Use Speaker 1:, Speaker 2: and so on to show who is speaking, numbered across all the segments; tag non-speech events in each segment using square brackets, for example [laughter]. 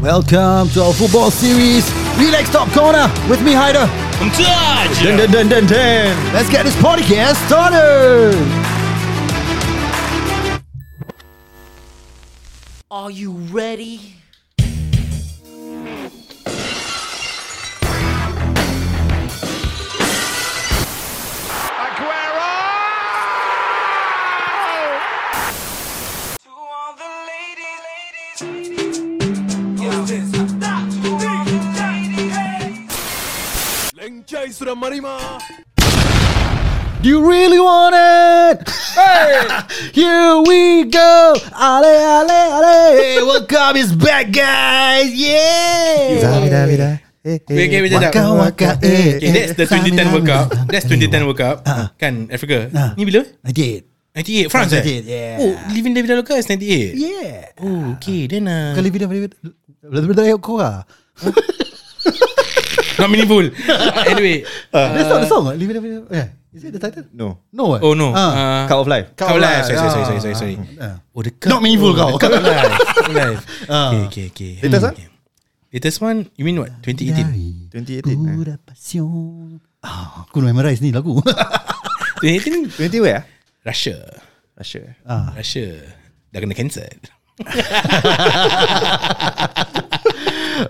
Speaker 1: Welcome to our football series, Relax Top Corner with me, Haider.
Speaker 2: I'm
Speaker 3: Dun,
Speaker 2: tired.
Speaker 3: dun, dun, dun, dun.
Speaker 1: Let's get this podcast started.
Speaker 2: Are you ready?
Speaker 4: To all the ladies, ladies, ladies. Yo, this. To all the ladies, ladies.
Speaker 1: Do you really want it? [laughs] Here we go. Ale, ale, ale. Hey, welcome is back, guys. Yeah.
Speaker 3: Vida, vida. Eh, eh.
Speaker 5: Okay, okay, wait, jap,
Speaker 1: Waka,
Speaker 5: jap.
Speaker 1: waka, eh.
Speaker 5: Okay, that's the 2010 World
Speaker 1: [laughs]
Speaker 5: Cup. That's 2010 World Cup.
Speaker 1: Uh-uh.
Speaker 5: Kan, Africa.
Speaker 1: Uh.
Speaker 5: Ni bila?
Speaker 1: I did.
Speaker 5: 98, France eh?
Speaker 1: 98, yeah.
Speaker 5: Oh, Living David Loka is 98.
Speaker 1: Yeah.
Speaker 5: Oh, okay. Then, uh,
Speaker 1: Kali video, video. Lebih dari kau lah.
Speaker 5: not
Speaker 1: [laughs]
Speaker 5: meaningful. anyway.
Speaker 1: That's not the song. ah? Leave it, leave it. Yeah. Is it the title?
Speaker 3: Uh, No.
Speaker 1: No. eh?
Speaker 5: uh, Oh, no.
Speaker 1: Ah.
Speaker 5: Uh,
Speaker 3: Cut off live.
Speaker 5: Kau Live. Sorry, sorry,
Speaker 1: Ah.
Speaker 5: sorry, sorry, sorry.
Speaker 1: Ah.
Speaker 5: Oh, the cup.
Speaker 1: Not meaningful kau.
Speaker 5: oh, the Cup Live. Cup Live.
Speaker 1: Ha.
Speaker 5: Okay, okay, okay. Hmm,
Speaker 3: Latest one?
Speaker 5: Okay. Latest one, you mean what? 2018?
Speaker 3: 2018.
Speaker 1: Pura passion. Ah, aku nak memorize ni lagu. [laughs]
Speaker 5: 2018,
Speaker 3: 20 where? ah?
Speaker 5: Russia.
Speaker 3: Russia.
Speaker 1: Ha.
Speaker 5: Russia. Dah kena cancel.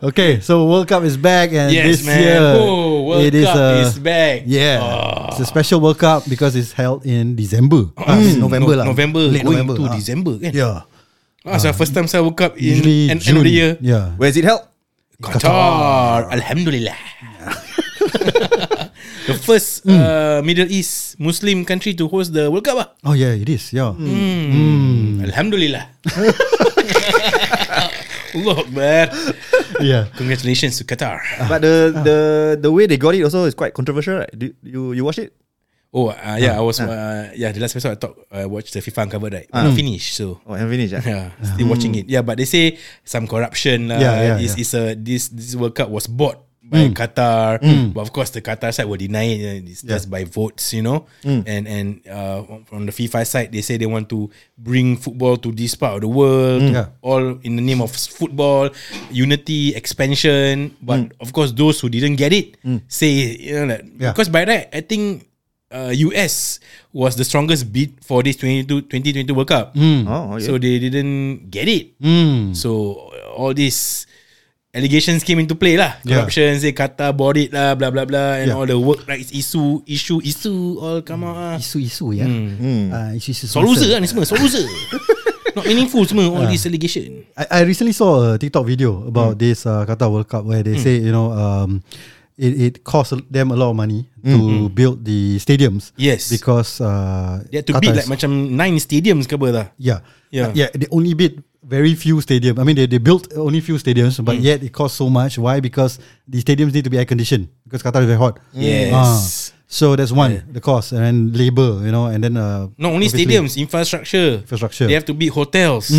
Speaker 1: okay, so World Cup is back and this
Speaker 5: Yes, man.
Speaker 1: year
Speaker 5: Oh, World Cup
Speaker 1: a-
Speaker 5: is back. Oh. Ah.
Speaker 1: Yeah. It's a special World Cup because it's held in December. Ah, it's November lah.
Speaker 5: Mm. November.
Speaker 1: Late
Speaker 5: going
Speaker 1: November.
Speaker 5: to
Speaker 1: ah.
Speaker 5: December kan?
Speaker 1: Yeah.
Speaker 5: Ah, so first time saya woke up in
Speaker 1: Usually
Speaker 5: end, end
Speaker 1: June.
Speaker 5: of the year.
Speaker 1: Yeah.
Speaker 3: Where's it held?
Speaker 5: Qatar. Alhamdulillah. [laughs] the first uh, Middle East Muslim country to host the World Cup ah.
Speaker 1: Oh yeah, it is. Yeah.
Speaker 5: Mm. Hmm. [laughs] Alhamdulillah. Allah Akbar.
Speaker 1: Yeah.
Speaker 5: Congratulations to Qatar.
Speaker 3: But the the the way they got it also is quite controversial, right? Do you you watch it?
Speaker 5: Oh, uh, yeah, I was uh, yeah, the last episode I talked I watched the FIFA cover right. Not finished, so
Speaker 3: Oh, haven't finished. ah?
Speaker 5: [laughs] yeah, still watching it. Yeah, but they say some corruption lah.
Speaker 1: Yeah, yeah, yeah.
Speaker 5: is
Speaker 1: Mm.
Speaker 5: is a this this World Cup was bought by Qatar, but of course the Qatar side will deny it. uh, It's just by votes, you know.
Speaker 1: Mm.
Speaker 5: And and uh, from the FIFA side, they say they want to bring football to this part of the
Speaker 1: Mm.
Speaker 5: world,
Speaker 1: Yeah.
Speaker 5: all in the name of s- football unity, expansion.
Speaker 1: Mm.
Speaker 5: But of course, those who didn't get it say you know that
Speaker 1: Yeah.
Speaker 5: because by right, I think. Uh, US was the strongest bid for this 22, 2022 World Cup.
Speaker 3: Oh, okay.
Speaker 5: So they didn't get it. Hmm.
Speaker 1: Mm.
Speaker 5: So all these allegations came into play lah.
Speaker 1: Yeah.
Speaker 5: Corruption, say Qatar bought it lah, blah blah blah, and
Speaker 1: Yeah.
Speaker 5: all the work rights issue, issue, issue, all come out lah.
Speaker 1: Isu-isu ya.
Speaker 5: Hmm.
Speaker 1: Ah, isu-isu.
Speaker 5: Soal loser kan ni semua,
Speaker 1: [laughs]
Speaker 5: soal loser. Not meaningful semua all these allegation.
Speaker 1: I, I recently saw a TikTok video about this uh, Qatar World Cup where they
Speaker 5: Hmm.
Speaker 1: say you know um, it it cost them a lot of money to build the stadiums.
Speaker 5: Yes.
Speaker 1: because uh,
Speaker 5: They had to beat
Speaker 1: Qatar
Speaker 5: like
Speaker 1: is-
Speaker 5: macam nine stadiums ke apa lah.
Speaker 1: yeah Uh,
Speaker 5: Yeah.
Speaker 1: yeah they only built very few stadiums. I mean they, they built only few stadiums,
Speaker 5: Hmm.
Speaker 1: but yet it costs so much. Why? Because the stadiums need to be air conditioned because Qatar is very hot.
Speaker 5: Yes.
Speaker 1: Ah. so that's one the cost and then labor you know and then uh,
Speaker 5: Not only
Speaker 1: obviously-
Speaker 5: stadiums, infrastructure.
Speaker 1: Infrastructure. Mm.
Speaker 5: They have to build hotels.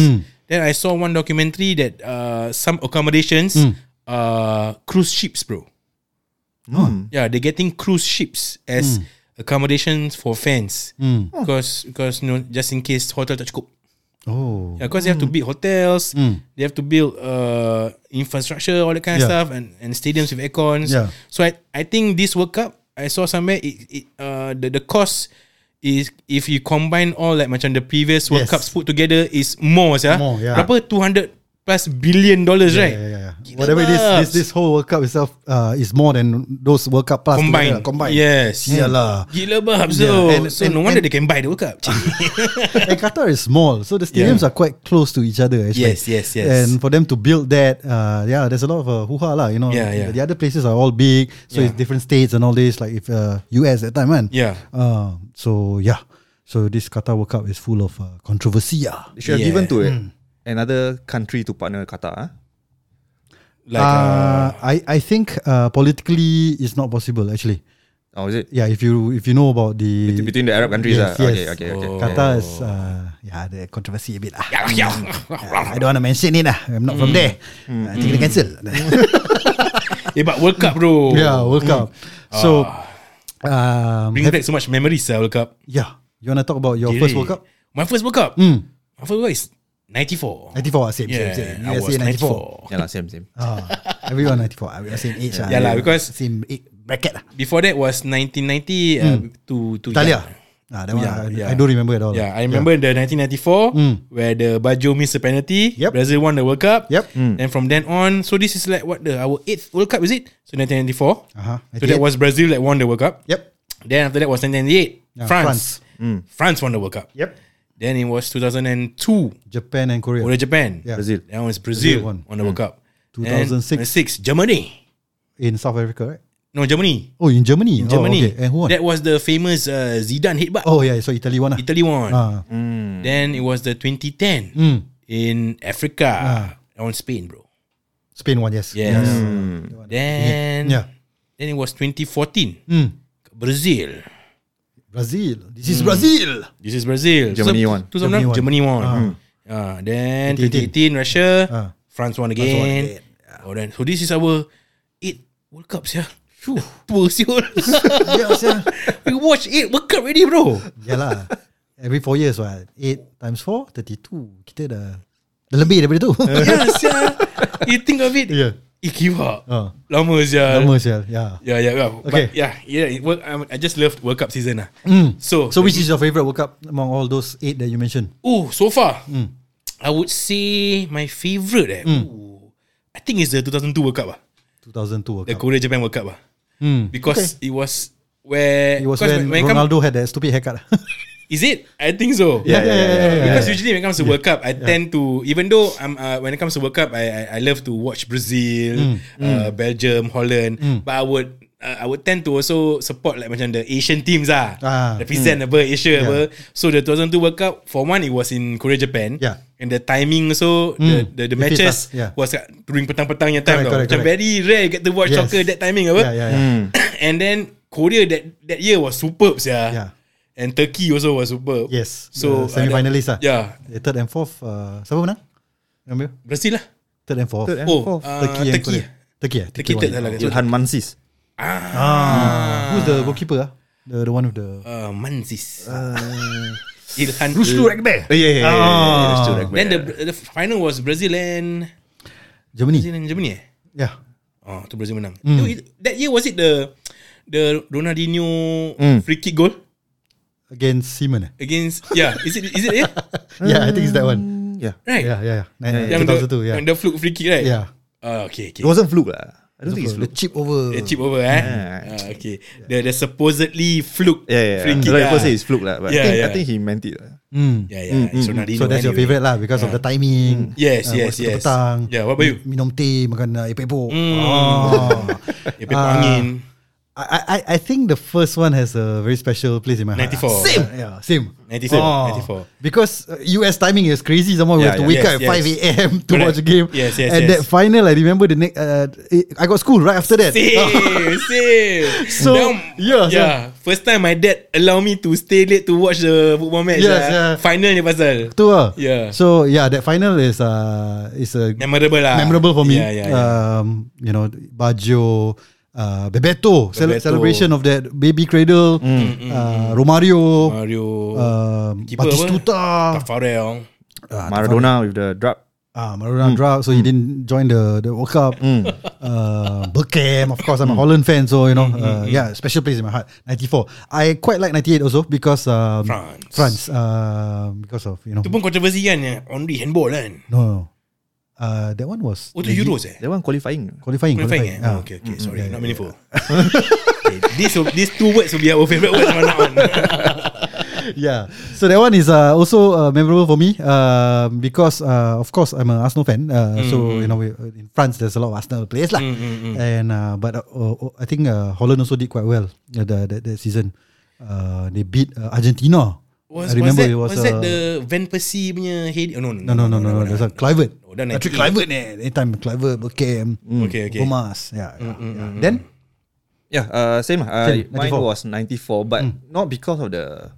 Speaker 5: Then I saw one documentary that uh, some accommodations
Speaker 1: Mm.
Speaker 5: uh cruise ships, bro.
Speaker 1: Hmm.
Speaker 5: Yeah, they're getting cruise ships as accommodations for fans.
Speaker 1: Hmm.
Speaker 5: Because because you know, just in case hotel tak cukup.
Speaker 1: Oh
Speaker 5: Yeah, because they have to build hotels, they have to build uh infrastructure, all that kind
Speaker 1: Mm.
Speaker 5: of
Speaker 1: Yeah.
Speaker 5: stuff, and, and stadiums with aircons.
Speaker 1: Yeah.
Speaker 5: So I, I think this World Cup, I saw somewhere it, it uh the, the cost is if you combine all like macam the previous World
Speaker 1: Yes.
Speaker 5: Cups put together is more, yeah.
Speaker 1: More, yeah.
Speaker 5: Berapa 200 plus billion dollars, right?
Speaker 1: Yeah, yeah, yeah.
Speaker 5: Gila
Speaker 1: Whatever it is,
Speaker 5: babs.
Speaker 1: this this whole World Cup itself uh, is more than those World Cup plus
Speaker 5: combined.
Speaker 1: together, combined.
Speaker 5: Yes.
Speaker 1: Yalah.
Speaker 5: Gila babs
Speaker 1: Yeah.
Speaker 5: though.
Speaker 1: And-
Speaker 5: so
Speaker 1: and-
Speaker 5: no wonder
Speaker 1: and-
Speaker 5: they can buy the World Cup.
Speaker 1: [laughs] [laughs] and Qatar is small, so the stadiums are quite close to each other. Actually.
Speaker 5: Yes, yes, yes.
Speaker 1: And for them to build that, uh, yeah, there's a lot of uh, hoo ha lah. You know,
Speaker 5: Yeah, yeah.
Speaker 1: The other places are all big, so it's different states and all this. Like if uh, US at that time, man.
Speaker 5: Yeah.
Speaker 1: Uh, so yeah, so this Qatar World Cup is full of uh, controversy. Yeah.
Speaker 3: They should have
Speaker 5: Yeah.
Speaker 3: given to it another country to partner Qatar. ah.
Speaker 5: like uh,
Speaker 1: Uh, I I think uh, politically it's not possible actually.
Speaker 3: Oh, is it
Speaker 1: Yeah, if you if you know about the
Speaker 3: between the Arab countries?
Speaker 1: Yes,
Speaker 5: lah.
Speaker 3: ah?
Speaker 1: yes. Oh.
Speaker 3: Okay, okay, okay.
Speaker 1: Qatar is
Speaker 5: Oh.
Speaker 1: uh, yeah the controversy a bit lah.
Speaker 5: yeah.
Speaker 1: I don't want to mention it lah. I'm not
Speaker 5: Hmm.
Speaker 1: from there. I think they cancel.
Speaker 5: Oh. Eh, but World Cup
Speaker 1: [laughs]
Speaker 5: bro.
Speaker 1: Uh, yeah, World Cup. So, um,
Speaker 5: Hmm. Ah. Bring back so much memories, uh, World Cup.
Speaker 1: yeah, you want to talk about your first World Cup? Mm.
Speaker 5: My first World Cup. My first World Cup is 94.
Speaker 1: 94, ah, same,
Speaker 5: Yeah,
Speaker 1: same, same.
Speaker 5: I was
Speaker 1: USA 94.
Speaker 5: 94.
Speaker 3: Yeah, lah, same, same.
Speaker 1: Ah, everyone 94. Everyone same age. ah.
Speaker 5: Yeah lah, because-
Speaker 1: Same age, bracket. lah.
Speaker 5: Before that was 1990 uh, to to
Speaker 1: Mm. Italia. Ah, that one,
Speaker 5: Yeah,
Speaker 1: I,
Speaker 5: yeah.
Speaker 1: I don't remember at all.
Speaker 5: Yeah, I remember the 1994 where the Baggio missed a penalty.
Speaker 1: Mm. Yep.
Speaker 5: Brazil won the World Cup.
Speaker 1: Yep.
Speaker 5: And from then on, so this is like what the our eighth World Cup is it? So 1994.
Speaker 1: Uh-huh,
Speaker 5: So
Speaker 1: 98.
Speaker 5: that was Brazil that won the World Cup.
Speaker 1: Yep.
Speaker 5: Then after that was 1998.
Speaker 1: Yeah,
Speaker 5: France. France. won the World Cup.
Speaker 1: Yep.
Speaker 5: Then it was 2002
Speaker 1: Japan and Korea.
Speaker 5: for Japan.
Speaker 1: Yeah.
Speaker 3: Brazil.
Speaker 5: That one is Brazil
Speaker 1: Brazil won. Mm.
Speaker 5: won the World Cup.
Speaker 1: 2006.
Speaker 5: 2006 Germany.
Speaker 1: In South Africa, right?
Speaker 5: No Germany.
Speaker 1: Oh, in Germany.
Speaker 5: In
Speaker 1: Oh,
Speaker 5: Germany.
Speaker 1: okay. And who won?
Speaker 5: That was the famous uh, Zidane headbutt.
Speaker 1: oh, yeah. So Italy won. ah.
Speaker 5: Italy won.
Speaker 1: Ah. Hmm.
Speaker 5: Then it was the 2010 in
Speaker 1: Ah.
Speaker 5: Africa on Spain, bro.
Speaker 1: Spain won, yes.
Speaker 5: Yes. Mm. Then
Speaker 1: Yeah. Hmm.
Speaker 5: Then it was 2014 Brazil.
Speaker 1: Brazil. This
Speaker 5: Mm.
Speaker 1: is
Speaker 5: [laughs]
Speaker 1: Brazil.
Speaker 5: This is Brazil.
Speaker 3: Germany won.
Speaker 5: Two Germany won. Germany won. Ah, then 2018 Russia.
Speaker 1: Ah.
Speaker 5: France won again. Oh, then so this is our eight World Cups, yeah. [laughs] Poor siul.
Speaker 1: yes, yeah.
Speaker 5: we watch eight World Cup already,
Speaker 1: [laughs]
Speaker 5: bro.
Speaker 1: Yeah lah. Every four years, what? Eight times four, 32. Kita dah, dah lebih daripada
Speaker 5: [laughs]
Speaker 1: tu.
Speaker 5: yeah, sia. You think of it.
Speaker 1: Yeah.
Speaker 5: Eh, kiwa.
Speaker 1: Ah.
Speaker 5: Lama sia.
Speaker 1: Lama sial. Yeah.
Speaker 5: Yeah, yeah, yeah.
Speaker 1: Okay. Hmm.
Speaker 5: But yeah, yeah. It work, um, I, I just loved World Cup season. Ah. So,
Speaker 1: So which is your favorite World Cup among all those eight that you mentioned?
Speaker 5: oh, so far,
Speaker 1: Hmm.
Speaker 5: I would say my favorite. Eh, ooh, I think it's the 2002 World Cup. Ah,
Speaker 1: 2002 World
Speaker 5: the
Speaker 1: Cup. Hmm.
Speaker 5: Korea Japan World Cup. Ah, because it was where
Speaker 1: It was
Speaker 5: because
Speaker 1: when,
Speaker 5: it come-
Speaker 1: Ronaldo had that stupid haircut. [laughs]
Speaker 5: is it? I think so.
Speaker 3: Yeah, yeah, yeah. yeah,
Speaker 5: Because usually when it comes to World Cup, I tend to even though I'm uh, when it comes to World Cup, I I, I love to watch Brazil,
Speaker 1: Mm.
Speaker 5: uh, Belgium, Holland, but I would uh, I would tend to also support like macam the Asian teams ah,
Speaker 1: Ah,
Speaker 5: represent apa Asia apa. So the 2002 World Cup for one it was in Korea Japan,
Speaker 1: Yeah. Mm.
Speaker 5: and the timing so the, the
Speaker 1: It fits
Speaker 5: the matches
Speaker 1: us, yeah.
Speaker 5: was kat during petang-petang yang time
Speaker 1: Correct,
Speaker 5: tau.
Speaker 1: correct,
Speaker 5: Macam
Speaker 1: correct.
Speaker 5: very rare you get to watch
Speaker 1: Yes.
Speaker 5: soccer that timing apa.
Speaker 1: yeah,
Speaker 5: Hmm.
Speaker 1: yeah, yeah.
Speaker 5: [coughs] and then Korea that that year was superb yeah.
Speaker 1: Yeah.
Speaker 5: And Turkey also was superb.
Speaker 1: Yes.
Speaker 5: So
Speaker 1: So the semi-finalist ah.
Speaker 5: Uh, yeah.
Speaker 1: The third and fourth. Uh, siapa menang? Remember?
Speaker 5: Brazil lah.
Speaker 1: Third and fourth.
Speaker 3: Third and
Speaker 5: Oh,
Speaker 3: fourth.
Speaker 5: uh,
Speaker 1: Turkey and
Speaker 5: Turkey.
Speaker 1: Korea. Turkey. eh?
Speaker 5: Turkey
Speaker 1: won
Speaker 5: third
Speaker 1: it.
Speaker 5: lah. So,
Speaker 3: Ilhan Mansis.
Speaker 1: Who's the goalkeeper? Ah, the the one with the.
Speaker 5: uh, Manzis. Uh, Ilhan.
Speaker 1: Ekber.
Speaker 3: Oh, yeah, yeah, yeah, yeah, yeah, that's true, like,
Speaker 5: Then the the final was Brazil and
Speaker 1: Germany.
Speaker 5: Brazil and Germany. Eh?
Speaker 1: Yeah.
Speaker 5: Oh, tu Brazil menang. Mm. It, that year was it the the Ronaldinho free kick goal
Speaker 1: Against Seaman.
Speaker 5: [laughs]
Speaker 1: eh?
Speaker 5: against yeah is it is it it
Speaker 1: Yeah, I think it's that one.
Speaker 3: Yeah.
Speaker 5: right
Speaker 1: Yeah, yeah, yeah. Nine-
Speaker 5: yang the,
Speaker 1: 2002, yeah.
Speaker 5: Mm. yang the fluke free kick right
Speaker 1: Yeah.
Speaker 5: Ah, okay okay
Speaker 3: It wasn't fluke lah. I don't think it's
Speaker 1: The Mm.
Speaker 3: fluke.
Speaker 1: chip over.
Speaker 5: The chip over eh. Ah, okay. The the supposedly fluke
Speaker 3: Yeah, yeah.
Speaker 5: free
Speaker 3: yeah.
Speaker 5: kick.
Speaker 3: Like,
Speaker 5: ah.
Speaker 3: people say it's fluke lah, but
Speaker 5: Yeah,
Speaker 3: I think, I
Speaker 5: yeah.
Speaker 3: think he meant it lah.
Speaker 5: yeah, yeah. so, Nadine
Speaker 1: So that's your
Speaker 5: anyway.
Speaker 1: favorite lah because of the timing.
Speaker 5: Mm. Yes,
Speaker 1: Ah,
Speaker 5: yes,
Speaker 1: waktu
Speaker 5: yes.
Speaker 1: Petang.
Speaker 5: Yeah, what about you? Mm.
Speaker 1: Minum teh, makan Ah. uh, epok-epok.
Speaker 5: Hmm. [laughs] Eh, Pepe angin.
Speaker 1: I, I- I I think the first one has a very special place in my heart.
Speaker 5: 94.
Speaker 1: Same. yeah, same.
Speaker 5: 94,
Speaker 1: Ah,
Speaker 5: 94.
Speaker 1: Because uh, US timing is crazy. Somehow we
Speaker 3: Yeah,
Speaker 1: have to
Speaker 3: yeah.
Speaker 1: wake
Speaker 5: Yes,
Speaker 1: up at
Speaker 5: yes.
Speaker 1: 5 a.m. to
Speaker 5: Correct.
Speaker 1: watch a game.
Speaker 5: Yes, yes,
Speaker 1: And
Speaker 5: yes.
Speaker 1: that final, I remember the next. Uh, it- I got school right after that. [laughs]
Speaker 5: Same, same.
Speaker 1: So, yeah, so-
Speaker 5: yeah. First time my dad allow me to stay late to watch the football match.
Speaker 1: Yes,
Speaker 5: ah.
Speaker 1: yeah.
Speaker 5: Final ni pasal.
Speaker 1: Tu lah.
Speaker 5: Yeah.
Speaker 1: So yeah, that final is uh is a
Speaker 5: Memorable lah.
Speaker 1: memorable for me.
Speaker 5: Yeah, yeah, yeah.
Speaker 1: Um, you know, Baggio, uh, Bebeto, cele-
Speaker 5: Bebeto. Mm,
Speaker 1: celebration of that baby cradle, uh, Romario,
Speaker 5: Mario.
Speaker 1: um,
Speaker 5: Keeper
Speaker 1: Batistuta,
Speaker 5: Tafarel.
Speaker 3: Maradona with the drop.
Speaker 1: ah, Maradona drug, so he didn't join the the World Cup. Uh, Beckham, of course, I'm a Holland fan, so you know, uh, yeah, special place in my heart. 94. I quite like 98 also because um,
Speaker 5: France.
Speaker 1: France, uh, because of you know,
Speaker 5: Tu pun kontroversi kan. yang Only handball kan.
Speaker 1: no, no, uh, that one was
Speaker 5: Oh, tu Euros eh?
Speaker 3: That one qualifying.
Speaker 1: qualifying, qualifying.
Speaker 5: Qualifying, eh?
Speaker 1: ah.
Speaker 5: Oh, okay, okay. Sorry, not meaningful. [laughs] okay, these, will- these two words will be our favorite words from now on.
Speaker 1: yeah. So that one is uh, also uh, memorable for me uh, because uh, of course I'm an Arsenal fan. Uh, So you know we, in France there's a lot of Arsenal players lah, and uh, but uh, uh, I think uh, Holland also did quite well uh, the, that, that season. Uh, they beat uh, Argentina. [laughs]
Speaker 5: Was,
Speaker 1: I remember
Speaker 5: was that,
Speaker 1: it was,
Speaker 5: was that
Speaker 1: uh,
Speaker 5: the Van Persie punya head? Oh, no, no,
Speaker 1: no no no no no. There's a Clivert.
Speaker 5: Oh, that
Speaker 1: Patrick
Speaker 5: 98.
Speaker 1: Clivert eh. Anytime Clivert, Beckham,
Speaker 5: Okay, okay.
Speaker 1: Gomas. Yeah. yeah, yeah. Mm-hmm. Then Mm.
Speaker 3: Yeah, uh, same. lah. Uh,
Speaker 1: Same,
Speaker 3: mine
Speaker 1: 94.
Speaker 3: was 94, but not because of the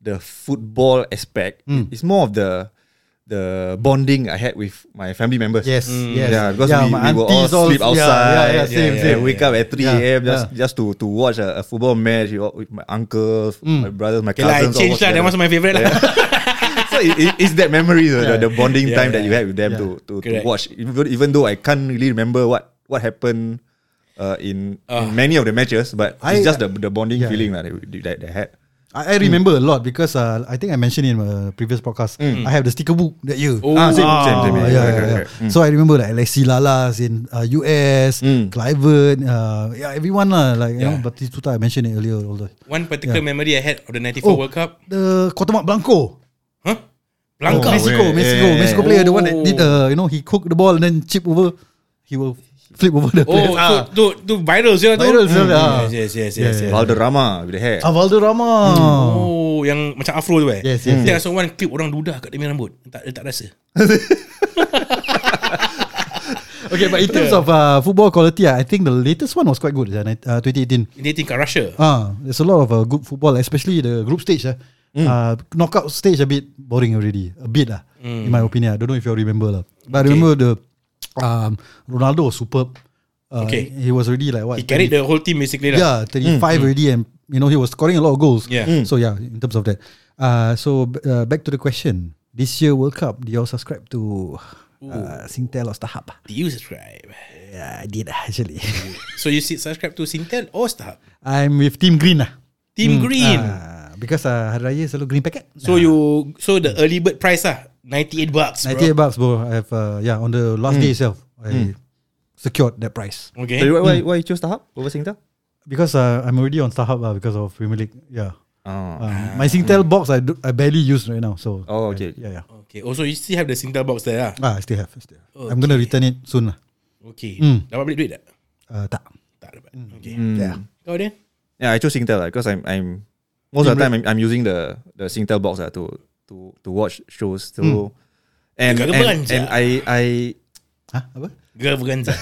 Speaker 3: the football aspect.
Speaker 1: Mm.
Speaker 3: It's more of the the bonding I had with my family members.
Speaker 1: yes
Speaker 5: Mm.
Speaker 1: yes
Speaker 3: Yeah, because we,
Speaker 1: my
Speaker 3: we will all
Speaker 1: aunties
Speaker 3: sleep
Speaker 1: yeah,
Speaker 3: outside.
Speaker 1: Yeah yeah same
Speaker 3: and
Speaker 1: same.
Speaker 3: wake up at 3
Speaker 1: Yeah,
Speaker 3: a.m. just
Speaker 1: yeah.
Speaker 3: just to to watch a, a
Speaker 1: Mm.
Speaker 3: football match you know, with my uncles, my brothers, my
Speaker 5: Okay lah, I
Speaker 3: cousins. all
Speaker 5: change
Speaker 3: watch
Speaker 5: lah. That
Speaker 3: together.
Speaker 5: was my favorite lah.
Speaker 3: so it, it- it's that memory, the- the, the bonding
Speaker 5: Yeah,
Speaker 3: time that
Speaker 5: yeah.
Speaker 3: you had with them
Speaker 1: Yeah.
Speaker 3: to, to, to
Speaker 5: Correct.
Speaker 3: watch. Even, even though I can't really remember what what happened uh, in,
Speaker 5: Ah.
Speaker 3: in many of the matches, but
Speaker 1: I-
Speaker 3: it's just the, the bonding
Speaker 1: yeah.
Speaker 3: feeling that they, that they had.
Speaker 1: I, I remember a lot because uh, I think I mentioned in a previous podcast. I have the sticker book that you.
Speaker 5: Oh,
Speaker 3: Ah, same, Mm. same,
Speaker 1: Ah, yeah,
Speaker 3: same. yeah, correct,
Speaker 1: yeah, yeah.
Speaker 3: correct. Mm.
Speaker 1: So I remember like Alexi Lalas in uh, US, Clivert, uh, yeah, everyone lah. Like you know,
Speaker 5: Yeah.
Speaker 1: Batistuta I mentioned it earlier. All the
Speaker 5: One particular memory I had of the 94
Speaker 1: Oh.
Speaker 5: World Cup.
Speaker 1: the Cotamak Blanco,
Speaker 5: Huh?
Speaker 1: Oh,
Speaker 5: Blanco.
Speaker 1: Mexico,
Speaker 3: yeah,
Speaker 1: Mexico,
Speaker 3: yeah, yeah.
Speaker 1: Mexico player, the one that
Speaker 5: Oh.
Speaker 1: did uh, you know he cook the ball and then chip over, he will flip over the
Speaker 5: Oh,
Speaker 1: player.
Speaker 5: tu, tu, tu viral je tu.
Speaker 1: Viral je lah.
Speaker 5: Yes, yes,
Speaker 1: Ah.
Speaker 5: yes.
Speaker 1: Yeah,
Speaker 5: yes, yes.
Speaker 3: Valderrama with the hair.
Speaker 1: Ah, Valderrama.
Speaker 3: Mm.
Speaker 5: Oh, yang macam afro tu eh?
Speaker 1: Yes, yes,
Speaker 5: Dia seorang clip orang ludah kat dia punya rambut. Tak, dia tak rasa.
Speaker 1: Okay, but in terms of uh, football quality, ah, I think the latest one was quite good. yeah, ni- Uh, 2018.
Speaker 5: Dating kat Russia.
Speaker 1: Ah, there's a lot of uh, good football, especially the group stage. Uh.
Speaker 5: Hmm.
Speaker 1: Uh, knockout stage a bit boring already, a bit lah,
Speaker 5: Hmm.
Speaker 1: in my opinion. I don't know if you all remember lah, but I remember the um, Ronaldo was superb. Uh,
Speaker 5: Okay.
Speaker 1: he was already like what?
Speaker 5: He carried the whole team basically lah.
Speaker 1: yeah, 35 already, and you know he was scoring a lot of goals. Hmm.
Speaker 5: Yeah. Mm.
Speaker 1: So yeah, in terms of that. Uh, so b- uh, back to the question. This year World Cup, do you all subscribe to uh, Singtel or Starhub?
Speaker 5: Do you subscribe?
Speaker 1: Yeah, I did [laughs] actually.
Speaker 5: So you sit subscribe to Singtel or Starhub?
Speaker 1: I'm with Team Green lah.
Speaker 5: Team Green.
Speaker 1: Ah, because uh, Hari Raya selalu green packet.
Speaker 5: So you so the early bird price lah 98 bucks bro.
Speaker 1: 98 bucks, bro. I have, uh, yeah, on the
Speaker 5: Hmm.
Speaker 1: last day itself, I secured that price
Speaker 5: Okay.
Speaker 3: So why, why, why you chose Tahap over Singtel?
Speaker 1: because uh, I'm already on Starhub uh, because of Premier League. Yeah.
Speaker 3: Oh.
Speaker 1: Um, My Singtel box, I, do, I barely use right now. So,
Speaker 3: Oh, okay.
Speaker 1: yeah, yeah.
Speaker 5: Ah. Okay. Also you still have the Singtel box there lah.
Speaker 1: Ah, I still have. I still have. I'm going to return it soon. lah.
Speaker 5: Okay.
Speaker 1: Hmm.
Speaker 5: Dapat balik duit tak?
Speaker 1: Uh, tak.
Speaker 5: Tak dapat. Okay.
Speaker 1: Yeah.
Speaker 5: Kau then?
Speaker 3: Yeah, I chose Singtel lah because I'm I'm most of the time I'm, I'm using the the Singtel box lah to to to watch shows. So
Speaker 5: Hmm.
Speaker 3: and,
Speaker 5: Dekat
Speaker 3: and,
Speaker 5: Geban
Speaker 3: and,
Speaker 5: je.
Speaker 3: I I
Speaker 1: Huh? Apa?
Speaker 5: Girl Verganza.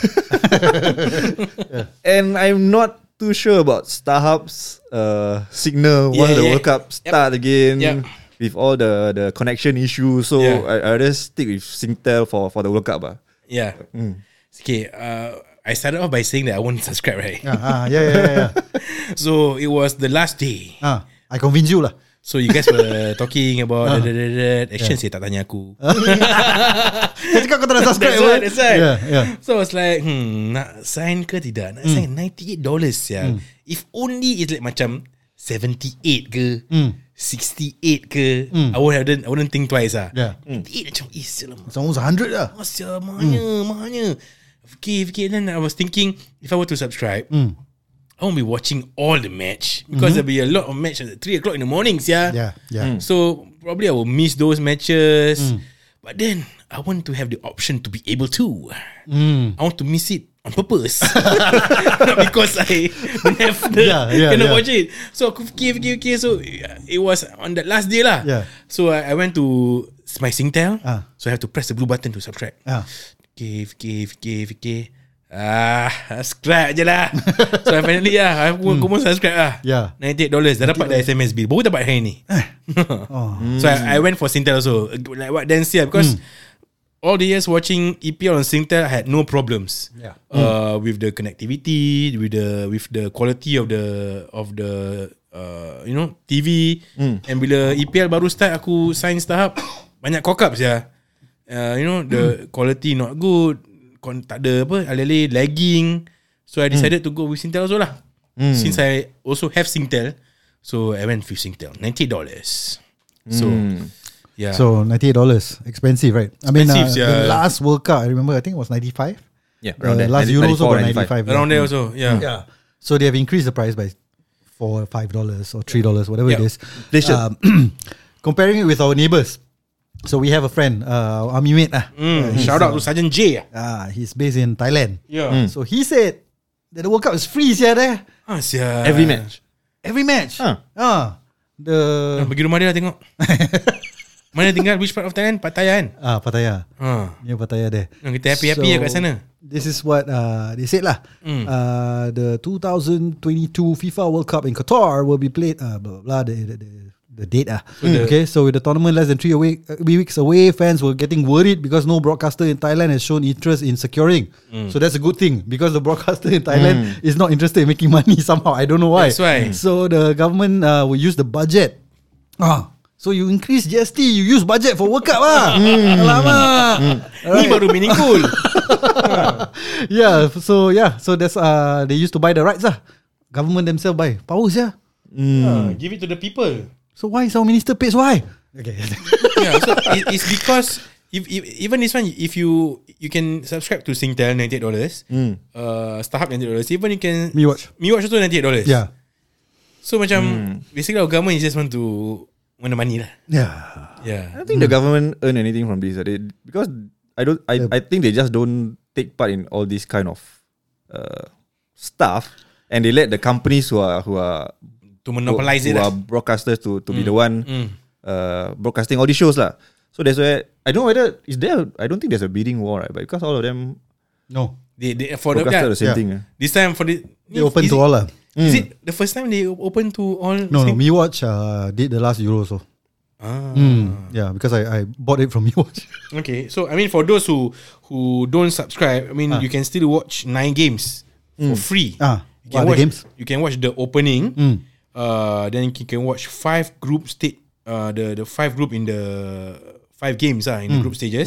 Speaker 3: and I'm not too sure about Starhub's uh, signal
Speaker 5: Yeah,
Speaker 3: once the
Speaker 5: yeah.
Speaker 3: World Cup
Speaker 5: Yep.
Speaker 3: start again
Speaker 5: Yep.
Speaker 3: with all the the connection issues. So
Speaker 5: Yeah.
Speaker 3: I I just stick with Singtel for for the World Cup. Ah,
Speaker 5: [laughs] yeah.
Speaker 1: Hmm.
Speaker 5: Okay. Uh, I started off by saying that I won't subscribe right.
Speaker 1: Ah, ah, [laughs] yeah, yeah, yeah. yeah.
Speaker 5: [laughs] So it was the last day.
Speaker 1: ah, I convince
Speaker 5: [laughs]
Speaker 1: you lah.
Speaker 5: So you guys were [laughs] talking
Speaker 1: Ah.
Speaker 5: about da, da, da, da. action yeah. tak tanya
Speaker 1: [laughs]
Speaker 5: aku.
Speaker 1: Kau cakap kau tak nak [laughs] subscribe.
Speaker 5: That's right,
Speaker 1: apa?
Speaker 5: that's right.
Speaker 1: Yeah, yeah. Hmm.
Speaker 5: So I was like, hmm, nak sign ke tidak? Nak sign $98 ya. If only it's like macam 78 ke,
Speaker 1: Hmm.
Speaker 5: 68 ke, I wouldn't I wouldn't think twice ah.
Speaker 1: Yeah.
Speaker 5: 98 macam, eh, sialah.
Speaker 1: It's almost 100 lah.
Speaker 5: Masya, mahnya,
Speaker 1: Hmm.
Speaker 5: mahnya. Fikir, fikir. Then I was thinking, if I were to subscribe,
Speaker 1: Hmm.
Speaker 5: I won't be watching all the match because there'll be a lot of match at 3 o'clock in the mornings, yeah.
Speaker 1: Mm-hmm. Yeah, yeah.
Speaker 5: So probably I will miss those matches.
Speaker 1: Hmm.
Speaker 5: But then I want to have the option to be able to.
Speaker 1: Hmm.
Speaker 5: I want to miss it on
Speaker 1: [laughs]
Speaker 5: purpose. Not because I don't have the,
Speaker 1: Yeah, yeah,
Speaker 5: cannot
Speaker 1: yeah.
Speaker 5: watch it. So aku fikir, fikir, fikir. So uh, it was on that last day lah.
Speaker 1: Yeah.
Speaker 5: So I, I went to my Singtel.
Speaker 1: Ah.
Speaker 5: So I have to press the blue button to subscribe.
Speaker 1: Ah.
Speaker 5: Fikir, fikir, fikir, fikir. Ah, subscribe je lah. so I finally lah, aku hmm. pun subscribe lah.
Speaker 1: Yeah.
Speaker 5: $98. Dah dapat dah SMS bill. Baru dapat hari ni.
Speaker 1: Oh.
Speaker 5: So I, I went for Singtel also. Like what Dan said, because all the years watching EPL on Singtel, I had no problems.
Speaker 1: Yeah.
Speaker 5: Uh, with the connectivity, with the with the quality of the of the uh, you know TV.
Speaker 1: Hmm.
Speaker 5: And bila EPL baru start, aku sign Starhub [coughs] banyak cock ups ya. Uh, you know
Speaker 1: Hmm.
Speaker 5: the quality not good. Kon, tak ada apa alele lagging so
Speaker 1: Hmm.
Speaker 5: I decided to go with Singtel also lah since I also have Singtel so I went with Singtel $90 so yeah
Speaker 1: Hmm. So ninety eight dollars, expensive, right? I mean, uh,
Speaker 5: Expensive,
Speaker 1: the
Speaker 5: yeah.
Speaker 1: last World Cup, I remember, I think it was ninety five.
Speaker 3: Yeah,
Speaker 1: Uh, last Euro also got ninety five.
Speaker 5: around there also yeah,
Speaker 1: Hmm. Yeah. So they have increased the price by four, five dollars, or three dollars, whatever it
Speaker 5: Yeah.
Speaker 1: is. Um, [clears throat] comparing it with our neighbors, so we have a friend, uh, army mate, ah,
Speaker 5: Mm, shout out to Sergeant J eh.
Speaker 1: Ah, he's based in Thailand.
Speaker 5: yeah
Speaker 1: So he said that the World Cup is free, yeah, there
Speaker 5: ah, sia.
Speaker 3: Every match.
Speaker 1: every match.
Speaker 3: Huh.
Speaker 1: Ah,
Speaker 5: Ah,
Speaker 1: the
Speaker 5: pergi rumah dia lah
Speaker 1: [laughs]
Speaker 5: tengok mana tinggal which part of Thailand Pattaya kan
Speaker 1: ah Pattaya,
Speaker 5: ah.
Speaker 1: near Pattaya there.
Speaker 5: Ah, kita happy-happy lah kat sana. Hmm.
Speaker 1: This is what uh, they said lah. Uh, the 2022 FIFA World Cup in Qatar will be played. Uh, blah blah blah. The, the, the, the date ah. okay, so with the tournament less than three, away, uh, three weeks away, fans were getting worried because no broadcaster in Thailand has shown interest in securing.
Speaker 5: Hmm.
Speaker 1: So that's a good thing because the broadcaster in Thailand is not interested in [laughs] making money somehow. I don't know why.
Speaker 5: That's why.
Speaker 1: So the government uh, will use the budget. Ah. So you increase GST, you use budget for World Cup lah. Alamak.
Speaker 5: Ni baru meaningful.
Speaker 1: Yeah, Ya, so yeah, so that's uh they used to buy the rights lah. Government themselves buy. Powers yeah.
Speaker 5: Ah, [laughs] give it to the people.
Speaker 1: So why is our minister pays why? Okay. [laughs]
Speaker 5: yeah, so it, it's because if, if even this one, if you you can subscribe to Singtel ninety eight dollars, uh, StarHub ninety dollars, even you can
Speaker 1: MiWatch.
Speaker 5: MiWatch also ninety eight dollars.
Speaker 1: yeah.
Speaker 5: So macam basically our government is just want to want the money lah.
Speaker 1: Yeah.
Speaker 3: I
Speaker 5: Yeah.
Speaker 3: don't think
Speaker 1: Mm.
Speaker 3: the government earn anything from this. uh, They, because I don't I, I think they just don't take part in all this kind of uh, stuff and they let the companies who are who are
Speaker 5: To monopolize
Speaker 3: who,
Speaker 5: it
Speaker 3: who are
Speaker 5: lah. Mm.
Speaker 3: broadcasters to, to be the one uh, broadcasting all these shows lah. So that's why I don't know whether is there I don't think there's a bidding war right, but because all of them
Speaker 1: No.
Speaker 5: They, they, for the, yeah,
Speaker 3: broadcaster the same
Speaker 1: Yeah.
Speaker 3: thing. uh.
Speaker 5: this time for the
Speaker 1: They open
Speaker 5: is
Speaker 1: to
Speaker 5: it-
Speaker 1: all lah.
Speaker 5: Is it the first time they open to all?
Speaker 1: No, no.
Speaker 5: Sing-
Speaker 1: Me watch uh, did the last Euro so.
Speaker 5: Ah.
Speaker 1: Mm. Yeah, because I, I bought it from Me watch. [laughs]
Speaker 5: Okay, so I mean, for those who who don't subscribe, I mean, you can still watch nine games for free.
Speaker 1: Ah,
Speaker 5: you
Speaker 1: what are the
Speaker 5: watch,
Speaker 1: games? Hmm.
Speaker 5: You can watch the opening. Uh, then you can watch five group state. Uh, the the five group in the five games ah in
Speaker 1: Hmm.
Speaker 5: the group stages.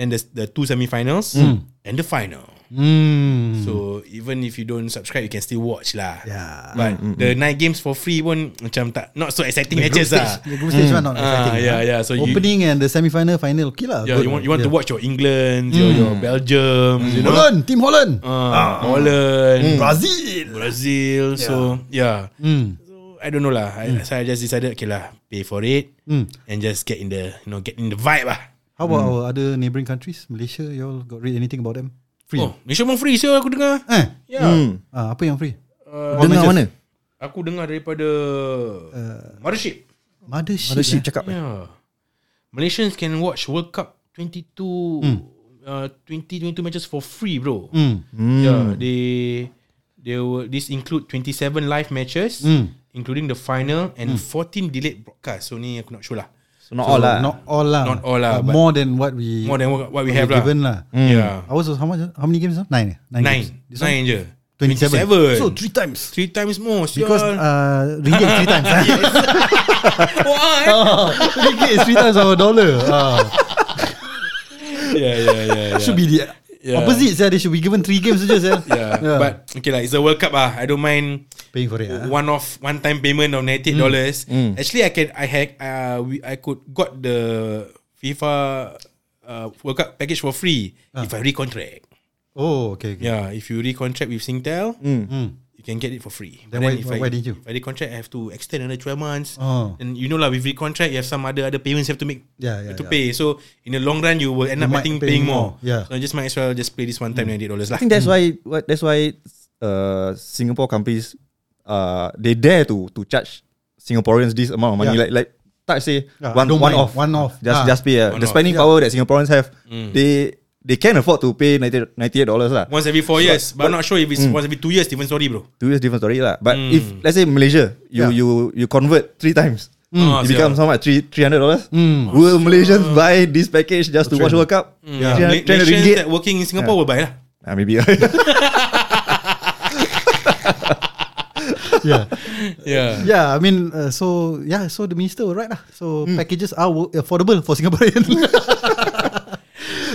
Speaker 5: Then the the two semifinals and the final.
Speaker 1: Mm.
Speaker 5: So even if you don't subscribe, you can still watch lah.
Speaker 1: Yeah.
Speaker 5: But the nine games for free pun macam tak not so exciting matches
Speaker 1: stage,
Speaker 5: ah.
Speaker 1: the group stage one not
Speaker 5: Ah,
Speaker 1: exciting.
Speaker 5: yeah, yeah. So you-
Speaker 1: opening and the semi final final okay lah.
Speaker 5: Yeah,
Speaker 1: good
Speaker 5: you want you want
Speaker 1: yeah. Mm.
Speaker 5: to watch your England, your, your Belgium, you know,
Speaker 1: Holland, Team Holland,
Speaker 5: uh, Holland,
Speaker 1: Mm. Brazil.
Speaker 5: Brazil. So yeah,
Speaker 1: Mm.
Speaker 5: so I don't know lah. I, So I just decided okay lah, pay for it
Speaker 1: Mm.
Speaker 5: and just get in the you know get in the vibe lah.
Speaker 1: How about
Speaker 3: Hmm.
Speaker 1: our other neighbouring countries? Malaysia, you all got read anything about them? Free.
Speaker 5: Oh, Malaysia pun free so aku dengar. Mm.
Speaker 1: Eh,
Speaker 5: Yeah,
Speaker 1: ah, apa yang free?
Speaker 3: Uh, Dengar
Speaker 1: matches.
Speaker 3: mana?
Speaker 5: aku dengar daripada
Speaker 1: Uh.
Speaker 5: Mothership.
Speaker 1: Mothership.
Speaker 3: Mothership
Speaker 1: eh.
Speaker 3: cakap eh.
Speaker 5: Yeah. Malaysians can watch World Cup 22
Speaker 1: Mm.
Speaker 5: uh 20 22 matches for free, bro.
Speaker 1: Hmm.
Speaker 5: Yeah, Ya, they they were this include 27 live matches
Speaker 1: Hmm.
Speaker 5: including the final and 14 delayed broadcast. So ni aku not sure lah.
Speaker 3: So not all lah.
Speaker 1: Not all lah.
Speaker 5: Not all lah,
Speaker 1: Uh,
Speaker 5: but-
Speaker 1: more than what we
Speaker 5: More than what, what we
Speaker 1: we
Speaker 5: have lah.
Speaker 1: given lah.
Speaker 3: Hmm.
Speaker 5: Yeah.
Speaker 1: Ours was how much? How many games? ah? Nine. eh? Nine.
Speaker 5: Nine.
Speaker 1: games. This one?
Speaker 5: Nine je.
Speaker 1: 27.
Speaker 5: 27.
Speaker 1: So three times.
Speaker 5: three times more.
Speaker 1: Because
Speaker 5: sial.
Speaker 1: uh, ringgit three times. [laughs] ah.
Speaker 5: [laughs] Why?
Speaker 1: [laughs] Oh. ringgit is three times our dollar. Ah,
Speaker 5: yeah, yeah, yeah. yeah.
Speaker 1: Should be the
Speaker 5: Yeah.
Speaker 1: opposite. Yeah. They should be given three games saja. [laughs] Yeah.
Speaker 5: Yeah. But okay lah, it's a World Cup ah. I don't mind
Speaker 1: paying for it. ah.
Speaker 5: one off one time payment of ninety
Speaker 1: Hmm.
Speaker 5: dollars. Actually, I can I had uh we, I could got the FIFA uh World Cup package for free
Speaker 1: Ah.
Speaker 5: if I recontract.
Speaker 1: Oh, okay. okay.
Speaker 5: Yeah, if you recontract with Singtel,
Speaker 1: Mm.
Speaker 3: [laughs]
Speaker 5: you can get it for free.
Speaker 1: Then why-
Speaker 5: if
Speaker 1: why-
Speaker 5: I,
Speaker 1: why didn't you?
Speaker 5: If I recontract, I have to extend another twelve months.
Speaker 1: Oh.
Speaker 5: And you know lah, with recontract, you have some other other payments you have to make.
Speaker 1: Yeah, yeah,
Speaker 5: to
Speaker 1: yeah.
Speaker 5: pay. So in the long run, you will end
Speaker 1: You
Speaker 5: up I
Speaker 1: might
Speaker 5: think,
Speaker 1: pay
Speaker 5: paying more.
Speaker 1: more, yeah. Mm.
Speaker 5: So I just might as well just pay this one time ninety dollars
Speaker 3: I
Speaker 5: lah.
Speaker 3: think that's why why- that's why uh, Singapore companies uh, they dare to to charge Singaporeans this amount of money
Speaker 1: Yeah.
Speaker 3: like like touch say
Speaker 1: Yeah, I
Speaker 3: one
Speaker 1: don't
Speaker 3: one
Speaker 1: mind.
Speaker 3: off
Speaker 1: One off.
Speaker 3: just
Speaker 1: Ah.
Speaker 3: just pay uh,
Speaker 5: One off.
Speaker 3: the
Speaker 5: Mm.
Speaker 3: spending power that Singaporeans have they they can afford to pay 90 dollars lah
Speaker 5: Once every four years, but, I'm not sure if
Speaker 1: Mm.
Speaker 5: it's once every two years. Different story, bro.
Speaker 3: two years different story lah but
Speaker 5: Mm.
Speaker 3: if let's say Malaysia you
Speaker 1: Yeah.
Speaker 3: you you convert three times
Speaker 5: Ah,
Speaker 3: it
Speaker 5: sial.
Speaker 3: becomes how much three three hundred dollars
Speaker 1: Mm.
Speaker 3: will Malaysians buy this package just to watch World Cup
Speaker 5: Hmm. Yeah.
Speaker 3: yeah.
Speaker 5: Ma- Malaysians that working in Singapore will buy lah.
Speaker 3: Ah, maybe [laughs]
Speaker 1: yeah.
Speaker 5: Yeah.
Speaker 1: Yeah, I mean, uh, so yeah, so the minister was right lah. So
Speaker 5: Hmm.
Speaker 1: packages are wo- affordable for [laughs]
Speaker 5: [laughs]
Speaker 1: Singaporean.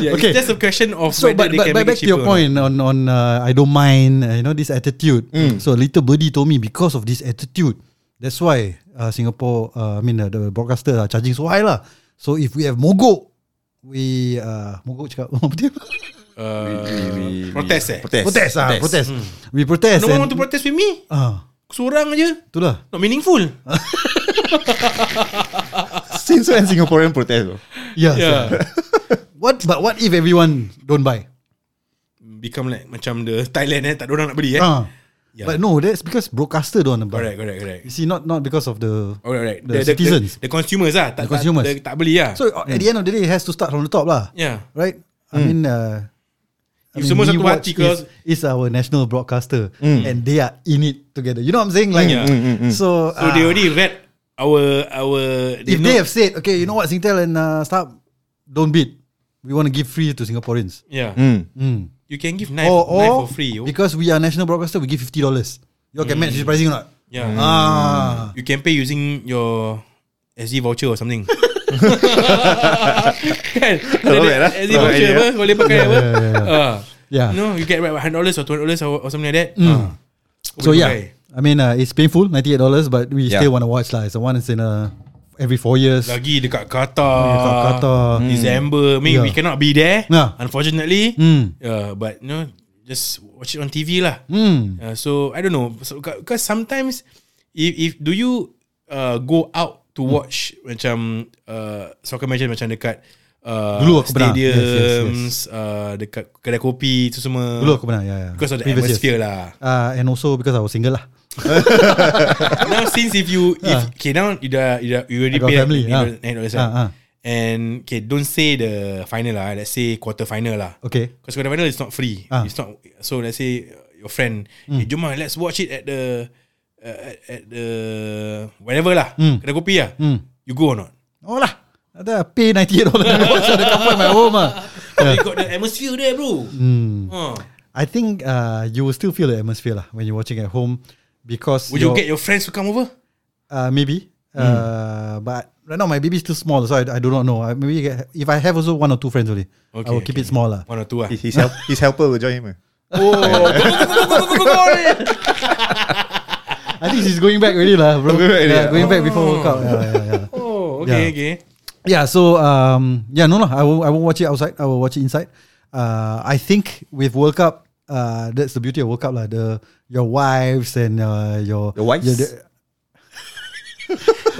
Speaker 5: yeah.
Speaker 1: Okay.
Speaker 5: It's just a question of
Speaker 1: so,
Speaker 5: whether
Speaker 1: but,
Speaker 5: they
Speaker 1: but,
Speaker 5: can
Speaker 1: but
Speaker 5: make
Speaker 1: back
Speaker 5: it
Speaker 1: to your
Speaker 5: cheaper or not.
Speaker 1: point on on uh, I don't mind, uh, you know, this attitude.
Speaker 5: Hmm.
Speaker 1: So little birdie told me because of this attitude, that's why uh, Singapore, uh, I mean, uh, the broadcaster are charging so high lah. So if we have mogok, we uh, mogok cakap [laughs] apa dia?
Speaker 5: Uh, protest Hmm. eh?
Speaker 3: protest
Speaker 1: protest ah, protest. We protest.
Speaker 5: No one
Speaker 1: and-
Speaker 5: want to protest with me.
Speaker 1: Ah,
Speaker 5: Seorang je.
Speaker 1: itulah.
Speaker 5: Not
Speaker 1: [laughs]
Speaker 5: meaningful.
Speaker 3: since when Singaporean protest bro?
Speaker 1: Yeah. yeah.
Speaker 5: Yeah.
Speaker 1: What? But what if everyone don't buy?
Speaker 5: Become like macam the Thailand eh. Tak ada orang nak beli eh.
Speaker 1: Ah.
Speaker 5: Yeah.
Speaker 1: But no, that's because broadcaster don't want to buy.
Speaker 5: Correct, correct, correct.
Speaker 1: You see, not not because of the.
Speaker 5: Alright, right.
Speaker 1: The citizens.
Speaker 5: The, the consumers lah.
Speaker 1: The
Speaker 5: Tak,
Speaker 1: consumers.
Speaker 5: Tak, the, tak beli lah.
Speaker 1: So uh, at the end of the day, it has to start from the top lah.
Speaker 5: yeah.
Speaker 1: Right? I mean, uh, I
Speaker 5: If semua satu
Speaker 1: WeWatch
Speaker 5: hati ke-
Speaker 1: is, is our national broadcaster, and they are in it together. You know what I'm saying? Like,
Speaker 5: Yeah. Mm,
Speaker 1: so,
Speaker 5: So
Speaker 1: uh,
Speaker 5: they already read our our.
Speaker 1: if
Speaker 5: know-
Speaker 1: they have said, okay, you know what, Singtel and uh, Starhub, don't bid. We want to give free to Singaporeans,
Speaker 5: yeah,
Speaker 3: Hmm.
Speaker 1: Mm.
Speaker 5: you can give knife,
Speaker 1: or or
Speaker 5: knife for free. oh. yo. Hmm.
Speaker 1: because we are national broadcaster, we give fifty Ah. dollars. You all can match this pricing or not?
Speaker 5: Yeah.
Speaker 1: Ah,
Speaker 5: You can pay using your SD voucher or
Speaker 1: [laughs]
Speaker 5: something. kan? Ada
Speaker 3: Not
Speaker 5: that
Speaker 3: bad lah.
Speaker 1: eh,
Speaker 5: SD
Speaker 3: Not bad
Speaker 5: voucher
Speaker 3: idea.
Speaker 1: ya.
Speaker 5: apa? Boleh pakai apa? Ah.
Speaker 1: Yeah.
Speaker 5: You know, you get right $100 or $200 or, or something like that. Ah.
Speaker 1: Hmm. So
Speaker 5: Boleh
Speaker 1: yeah,
Speaker 5: pakai.
Speaker 1: I mean uh, it's painful, ninety eight dollars, but we
Speaker 3: Yeah.
Speaker 1: still want to watch lah. It's the one that's in uh, every four years.
Speaker 5: Lagi dekat Qatar.
Speaker 1: Dekat Qatar. Ya.
Speaker 5: Mm. December. I mean,
Speaker 1: Yeah.
Speaker 5: we cannot be there.
Speaker 1: Yeah.
Speaker 5: Unfortunately.
Speaker 1: Mm.
Speaker 5: Yeah, but you know, just watch it on TV lah.
Speaker 1: Mm.
Speaker 5: Uh, so I don't know. So, because sometimes, if if do you uh, go out
Speaker 1: Hmm.
Speaker 5: to watch macam uh, soccer match macam dekat uh,
Speaker 1: Dulu aku pernah. Yes, yes,
Speaker 5: stadiums,
Speaker 1: yes.
Speaker 5: Uh, dekat kedai kopi itu semua.
Speaker 1: Dulu aku pernah, yeah, yeah.
Speaker 5: Because of the
Speaker 1: Previous years.
Speaker 5: atmosphere lah.
Speaker 1: Uh, and also because I was single lah.
Speaker 5: now since if you if okay now you dah you dah you already
Speaker 1: I Ah. got
Speaker 5: pay
Speaker 1: family,
Speaker 5: like,
Speaker 1: ah.
Speaker 5: nine dollars,
Speaker 1: Ah,
Speaker 5: right?
Speaker 1: ah.
Speaker 5: and okay don't say the final lah let's say quarter final lah
Speaker 1: Okay.
Speaker 5: because quarter final is not free
Speaker 1: Ah. Hmm.
Speaker 5: it's not so let's say uh, your friend hey jom lah, let's watch it at the uh, at, at the whatever lah
Speaker 1: Mm.
Speaker 5: kedai kopi lah
Speaker 1: Mm.
Speaker 5: you go or not
Speaker 1: Oh lah, ada pay ninety eight
Speaker 5: [laughs]
Speaker 1: dollars to watch the comfort of my home ah.
Speaker 5: you got the atmosphere there bro
Speaker 1: Mm.
Speaker 5: Huh.
Speaker 1: I think uh, you will still feel the atmosphere lah when you're watching at home because
Speaker 5: would you
Speaker 1: your-
Speaker 5: get your friends to come over
Speaker 1: Uh, maybe. Uh, but right now my baby is still small, so I, I do not know. I, maybe get- if I have also one or two friends only, I
Speaker 5: Okay,
Speaker 1: will keep
Speaker 5: okay.
Speaker 1: it small lah.
Speaker 5: one or two lah
Speaker 3: His, his, help, his helper will join him. eh?
Speaker 1: I think she's going back already lah, bro.
Speaker 3: Going back already,
Speaker 1: yeah,
Speaker 3: ah.
Speaker 1: going back before workout. Yeah, yeah, yeah.
Speaker 5: oh okay
Speaker 1: Yeah.
Speaker 5: okay
Speaker 1: yeah. So um, yeah, no lah. I will I won't watch it outside. I will watch it inside. Uh, I think with World Cup, uh, that's the beauty of World Cup lah. The your wives and uh, your
Speaker 3: The wives?
Speaker 1: your the-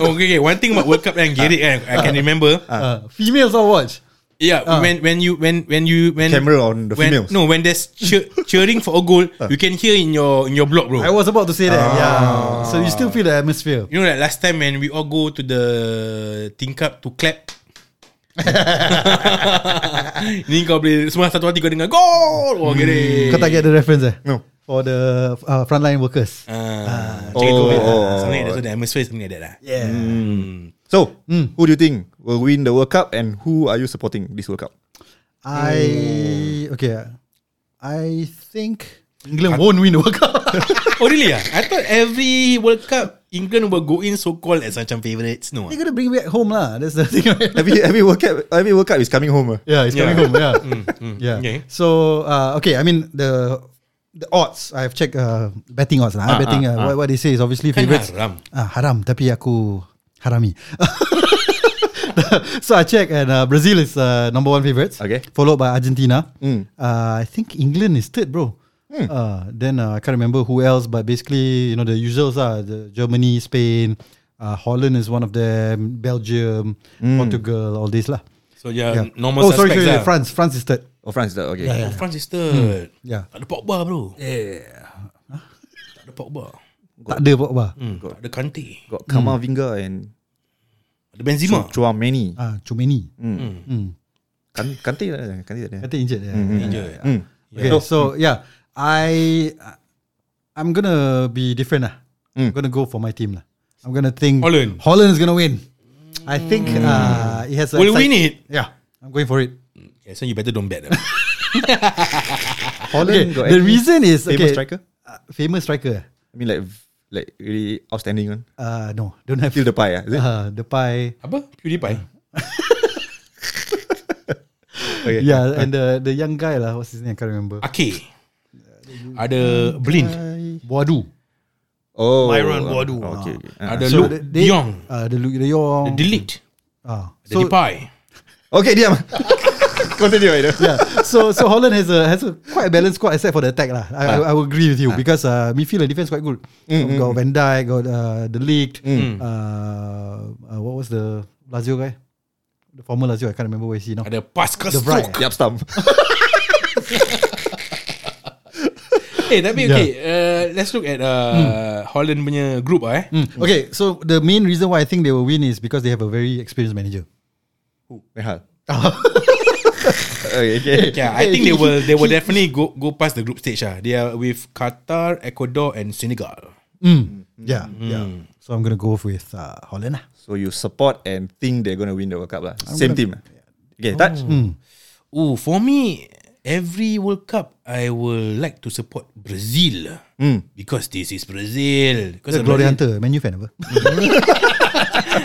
Speaker 5: Oh, okay, okay. One thing about World Cup and get it, eh, I can remember.
Speaker 1: uh, females all watch.
Speaker 5: Yeah,
Speaker 1: Ah.
Speaker 5: when when you when when you when
Speaker 3: Camera on the
Speaker 5: when,
Speaker 3: females.
Speaker 5: No, when there's cheer, cheering for a goal, you can hear in your in your block, bro.
Speaker 1: I was about to say that.
Speaker 3: Ah.
Speaker 1: Yeah. So you still feel the atmosphere.
Speaker 5: you know, like last time when we all go to the Think Cup to
Speaker 1: [laughs]
Speaker 5: clap. Ni kau boleh semua satu hati kau dengar gol. Oh, gede.
Speaker 1: Hmm. Kau tak get the reference eh?
Speaker 3: No.
Speaker 1: For the uh, frontline workers.
Speaker 5: Ah, macam itu,
Speaker 3: Oh,
Speaker 5: eh.
Speaker 3: oh, oh,
Speaker 5: Something like that. So
Speaker 3: oh.
Speaker 5: the atmosphere is something like that ah. lah.
Speaker 1: Yeah.
Speaker 3: So, who do you think will win the World Cup and who are you supporting this World [laughs] Cup?
Speaker 1: I okay. I think England won't win the World Cup. [laughs]
Speaker 5: Oh really ah? I thought every World Cup England will go in so called as macam favourites no. ah?
Speaker 1: They're gonna bring back home lah. That's the [laughs] thing. Right?
Speaker 3: Every every World Cup every World Cup is coming home. eh?
Speaker 1: Yeah, it's coming
Speaker 5: Yeah. Mm,
Speaker 1: home. Yeah, [laughs] yeah.
Speaker 5: Okay.
Speaker 1: So uh, okay, I mean the the odds. I've checked uh, betting odds lah.
Speaker 5: Ah,
Speaker 1: betting uh, What, what they say is obviously
Speaker 5: Kan
Speaker 1: favourites.
Speaker 5: haram.
Speaker 1: Ah, haram. Tapi aku harami. [laughs] so I check and uh, Brazil is uh, number one favorites.
Speaker 3: Okay.
Speaker 1: Followed by Argentina.
Speaker 3: Mm.
Speaker 1: Uh, I think England is third, bro. Uh, then uh, I can't remember who else, but basically you know the usuals are the Germany, Spain, uh, Holland is one of them, Belgium, Portugal, all this lah.
Speaker 5: So yeah,
Speaker 1: Yeah. oh,
Speaker 5: normal
Speaker 1: sorry,
Speaker 5: Um, suspects
Speaker 1: sorry,
Speaker 5: lah.
Speaker 1: France, Hmm. France is third.
Speaker 3: Oh, France, the, okay.
Speaker 5: Oh, France is third.
Speaker 1: Yeah.
Speaker 5: Tak ada Pogba bro. Yeah. Tak ada Pogba.
Speaker 1: Tak ada Pogba.
Speaker 5: Hmm, tak ada Kante.
Speaker 3: Got Kamavinga and
Speaker 5: Tak ada Benzema.
Speaker 3: Chouameni.
Speaker 1: Ah, Chumeni.
Speaker 3: Kan, Kante tak ada, Kante eh? tak ada.
Speaker 1: I think injured. Yeah. Mm.
Speaker 5: Injured.
Speaker 3: Hmm.
Speaker 1: Okay, so yeah, I I'm gonna be different lah.
Speaker 3: Mm.
Speaker 1: I'm gonna go for my team lah. I'm gonna think
Speaker 5: Holland.
Speaker 1: Holland is gonna win. I think
Speaker 3: Mm.
Speaker 1: uh, it has. a
Speaker 5: Will
Speaker 1: excite-
Speaker 5: win it.
Speaker 1: Yeah, I'm going for it.
Speaker 5: Yeah, so you better don't bet.
Speaker 1: Okay,
Speaker 3: Holland got
Speaker 1: the
Speaker 3: any
Speaker 1: reason is
Speaker 3: famous
Speaker 1: okay,
Speaker 3: striker.
Speaker 1: uh, famous striker. eh?
Speaker 3: I mean like v- like really outstanding one.
Speaker 1: Uh, no, don't have
Speaker 3: Till the pie, ah, is it?
Speaker 1: [laughs] uh, the pie.
Speaker 5: Apa? PewDiePie.
Speaker 3: Okay.
Speaker 1: Yeah, and the the young guy lah. What's his name? I can't remember.
Speaker 5: Ake. Ada Blind.
Speaker 1: Boadu.
Speaker 3: Oh.
Speaker 5: Myron
Speaker 3: um,
Speaker 5: Boadu.
Speaker 3: oh, okay, okay. Ah,
Speaker 5: Ada
Speaker 3: ah.
Speaker 5: Luke
Speaker 1: the- they-
Speaker 5: Young.
Speaker 1: Uh, the Luke De Jong.
Speaker 5: Delete.
Speaker 1: Ah,
Speaker 5: Ada Depay.
Speaker 3: Okay, diam. [laughs] Continue. Aida.
Speaker 1: yeah. So so Holland has a has a quite a balanced squad except for the attack lah. I, I, I will agree with you because uh, midfield and defense quite good. got Van Dijk, got uh, the leaked. Uh, uh, what was the Lazio guy? The former Lazio, I can't remember where is he now.
Speaker 5: Ada Pascal
Speaker 1: The Bright.
Speaker 5: Stroke.
Speaker 3: Yap stam.
Speaker 5: Eh, tapi okay. uh, Let's look at uh, Holland punya group ah eh.
Speaker 1: Mm. Okay, so the main reason why I think they will win is because they have a very experienced manager.
Speaker 3: Mehal. okay, okay.
Speaker 5: Yeah, I think they will they [laughs] will definitely go go past the group stage ah. They are with Qatar, Ecuador and Senegal.
Speaker 1: Mm. Yeah, yeah. So I'm gonna go with uh, Holland. lah.
Speaker 3: So you support and think they're gonna win the World Cup lah. Same team. Okay, touch.
Speaker 5: Oh, for me, Every World Cup, I will like to support Brazil
Speaker 1: Hmm.
Speaker 5: because this is Brazil. Because I'm
Speaker 1: Glory Hunter,
Speaker 5: Brazil.
Speaker 1: Man U fan apa?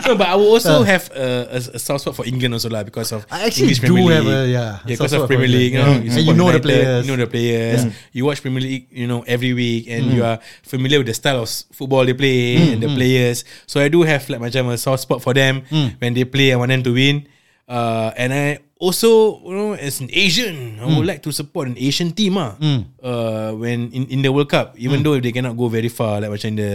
Speaker 5: No, but I will
Speaker 1: [laughs]
Speaker 5: also have uh, a, a soft spot for England also lah because of
Speaker 1: I actually
Speaker 5: English
Speaker 1: do
Speaker 5: Premier
Speaker 1: have a-
Speaker 5: League.
Speaker 1: yeah, a soft
Speaker 5: because
Speaker 1: spot
Speaker 5: of
Speaker 1: for
Speaker 5: Premier League, you know,
Speaker 1: England. Yeah. Hmm. And you
Speaker 5: support
Speaker 1: know the
Speaker 5: United,
Speaker 1: players.
Speaker 5: you know the players. You watch Premier League, you know every week, and you are familiar with the style of s- football they play and the players. So I do have like macam a soft spot for them when they play. I want them to win. Uh, and I also, you know, as an Asian, I would like to support an Asian team. Ah, uh, when in, in the World Cup, even though if they cannot go very far, like macam in the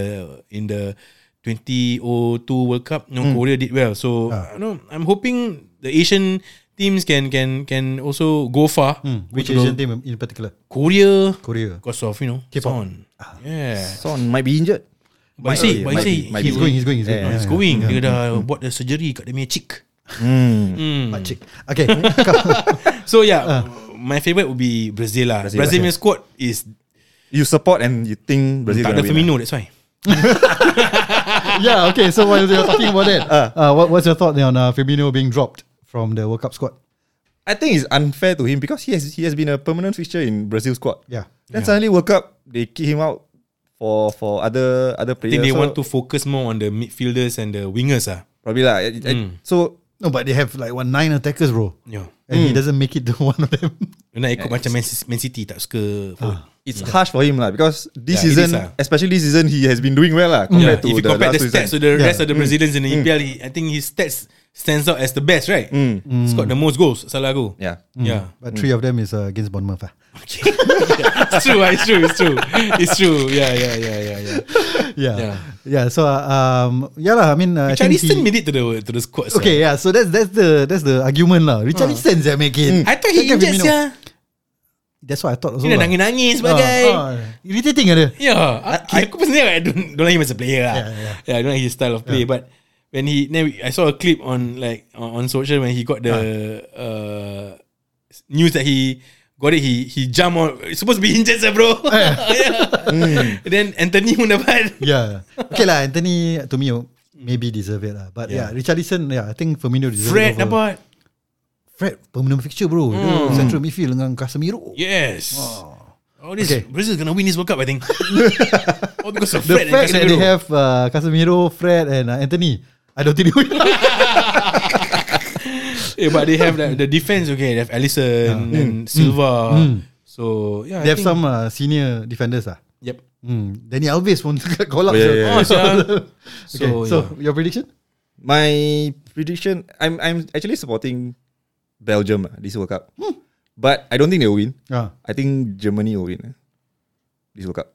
Speaker 5: in the 2002 World Cup, you know, Korea did well. So you know, I'm hoping the Asian teams can can can also go far.
Speaker 1: [laughs]
Speaker 5: Go
Speaker 1: Mm, Which
Speaker 5: to the-
Speaker 1: Asian team in particular?
Speaker 5: Korea, Ah.
Speaker 1: Korea.
Speaker 5: because of you know,
Speaker 1: K-pop.
Speaker 5: Son. Yeah,
Speaker 3: Son might be injured.
Speaker 5: but you say, but you
Speaker 3: might
Speaker 5: say,
Speaker 3: be, might
Speaker 1: He's
Speaker 5: he
Speaker 1: going, he's going, he's going.
Speaker 5: was- he's going. Dia dah buat the surgery kat dia punya cheek.
Speaker 1: But chick. Okay. [laughs] come.
Speaker 5: So yeah, my favorite would be Brazil lah. Ah. Brazil, punya squad is
Speaker 3: You support and you think Brazil
Speaker 5: tak ada
Speaker 3: gonna win.
Speaker 5: Firmino.
Speaker 3: ah.
Speaker 5: That's why.
Speaker 1: yeah, okay. So while you're talking about that, uh, what, what's your thought on uh, Firmino being dropped from the World Cup squad?
Speaker 3: ah. I think it's unfair to him because he has he has been a permanent fixture in Brazil squad.
Speaker 1: Yeah.
Speaker 3: Then suddenly World Cup they kick him out for for other other
Speaker 5: I
Speaker 3: players.
Speaker 5: think they
Speaker 3: So
Speaker 5: want to focus more on the midfielders and the wingers ah.
Speaker 3: probably lah. I- I-
Speaker 5: Hmm.
Speaker 3: So
Speaker 1: No, but they have like one nine attackers, bro.
Speaker 5: Yeah.
Speaker 1: And he doesn't make it to [laughs] one of them.
Speaker 5: You nak ikut macam Man Man City tak suka pun.
Speaker 3: it's harsh for him lah because
Speaker 5: Hmm. Yeah, it
Speaker 3: this season,
Speaker 5: is lah. Hmm.
Speaker 3: especially this season, he has been doing well lah
Speaker 5: Yeah,
Speaker 3: compared to
Speaker 5: if you
Speaker 3: the
Speaker 5: compare
Speaker 3: last
Speaker 5: the
Speaker 3: two
Speaker 5: stats to
Speaker 3: seasons.
Speaker 5: the
Speaker 1: Yeah.
Speaker 5: rest of the Brazilians in the EPL, he, I think his stats stands out as the best, right? Scored the most goals, salah aku.
Speaker 3: Hmm. Yeah.
Speaker 5: Yeah.
Speaker 1: But three of them is uh, against Bournemouth. ah.
Speaker 5: it's true, ah, it's true, it's true. It's true. Yeah, yeah, yeah, yeah, yeah.
Speaker 1: Yeah. yeah.
Speaker 5: Yeah.
Speaker 1: So uh, um, yeah lah. I mean, uh, I think
Speaker 5: Richarlison
Speaker 1: he-
Speaker 5: made it to the to the squad. so.
Speaker 1: Okay, yeah. So that's that's the that's the argument lah. Richarlison uh. making.
Speaker 5: I thought he injured ya.
Speaker 1: That's what I thought also.
Speaker 5: Dia dah
Speaker 1: lah.
Speaker 5: nangis-nangis
Speaker 1: Ah,
Speaker 5: sebagai.
Speaker 1: ah. Irritating ada.
Speaker 5: Yeah, I, aku personally I don't, don't like him as a player lah.
Speaker 1: Yeah,
Speaker 5: Yeah,
Speaker 1: yeah.
Speaker 5: I don't like his style of play. But when he, then we- I saw a clip on like on, on social when he got the
Speaker 1: Ah.
Speaker 5: uh, news that he got it. He he jump on. It's supposed to be injured, sir,
Speaker 1: [laughs]
Speaker 5: bro. [laughs]
Speaker 1: Mm.
Speaker 5: yeah. Then Anthony pun dapat.
Speaker 1: Yeah. Okay lah, Anthony to me maybe deserve it lah. But yeah, Richarlison, yeah, I think Firmino deserve
Speaker 5: Fred
Speaker 1: it. over-
Speaker 5: dapat.
Speaker 1: Fred permanent fixture bro. Mm.
Speaker 5: Hmm.
Speaker 1: Central midfield dengan Casemiro.
Speaker 5: Yes. Oh, this
Speaker 1: Okay.
Speaker 5: Brazil gonna win this World Cup,
Speaker 1: [laughs]
Speaker 5: I think. All because of
Speaker 1: The
Speaker 5: Fred. and
Speaker 1: fact that they
Speaker 5: Casemiro.
Speaker 1: have uh, Casemiro, Fred, and uh, Anthony, I don't think
Speaker 5: [laughs]
Speaker 1: they will.
Speaker 5: yeah, Eh, but they have like, the defense. Okay, they have Allison and Silva. So yeah,
Speaker 1: Mm. they
Speaker 5: I
Speaker 1: have
Speaker 5: think-
Speaker 1: some uh, senior defenders ah.
Speaker 5: Yep.
Speaker 1: Hmm. Danny Alves pun [laughs] call up.
Speaker 3: Oh, yeah,
Speaker 1: so-
Speaker 3: yeah,
Speaker 5: Oh, sial.
Speaker 1: [laughs] Okay, so,
Speaker 5: So, yeah.
Speaker 1: your prediction?
Speaker 3: My prediction, I'm I'm actually supporting Belgium ah, this World Cup,
Speaker 5: Hmm.
Speaker 3: but I don't think they will win.
Speaker 1: Ah,
Speaker 3: I think Germany will win eh, this World Cup.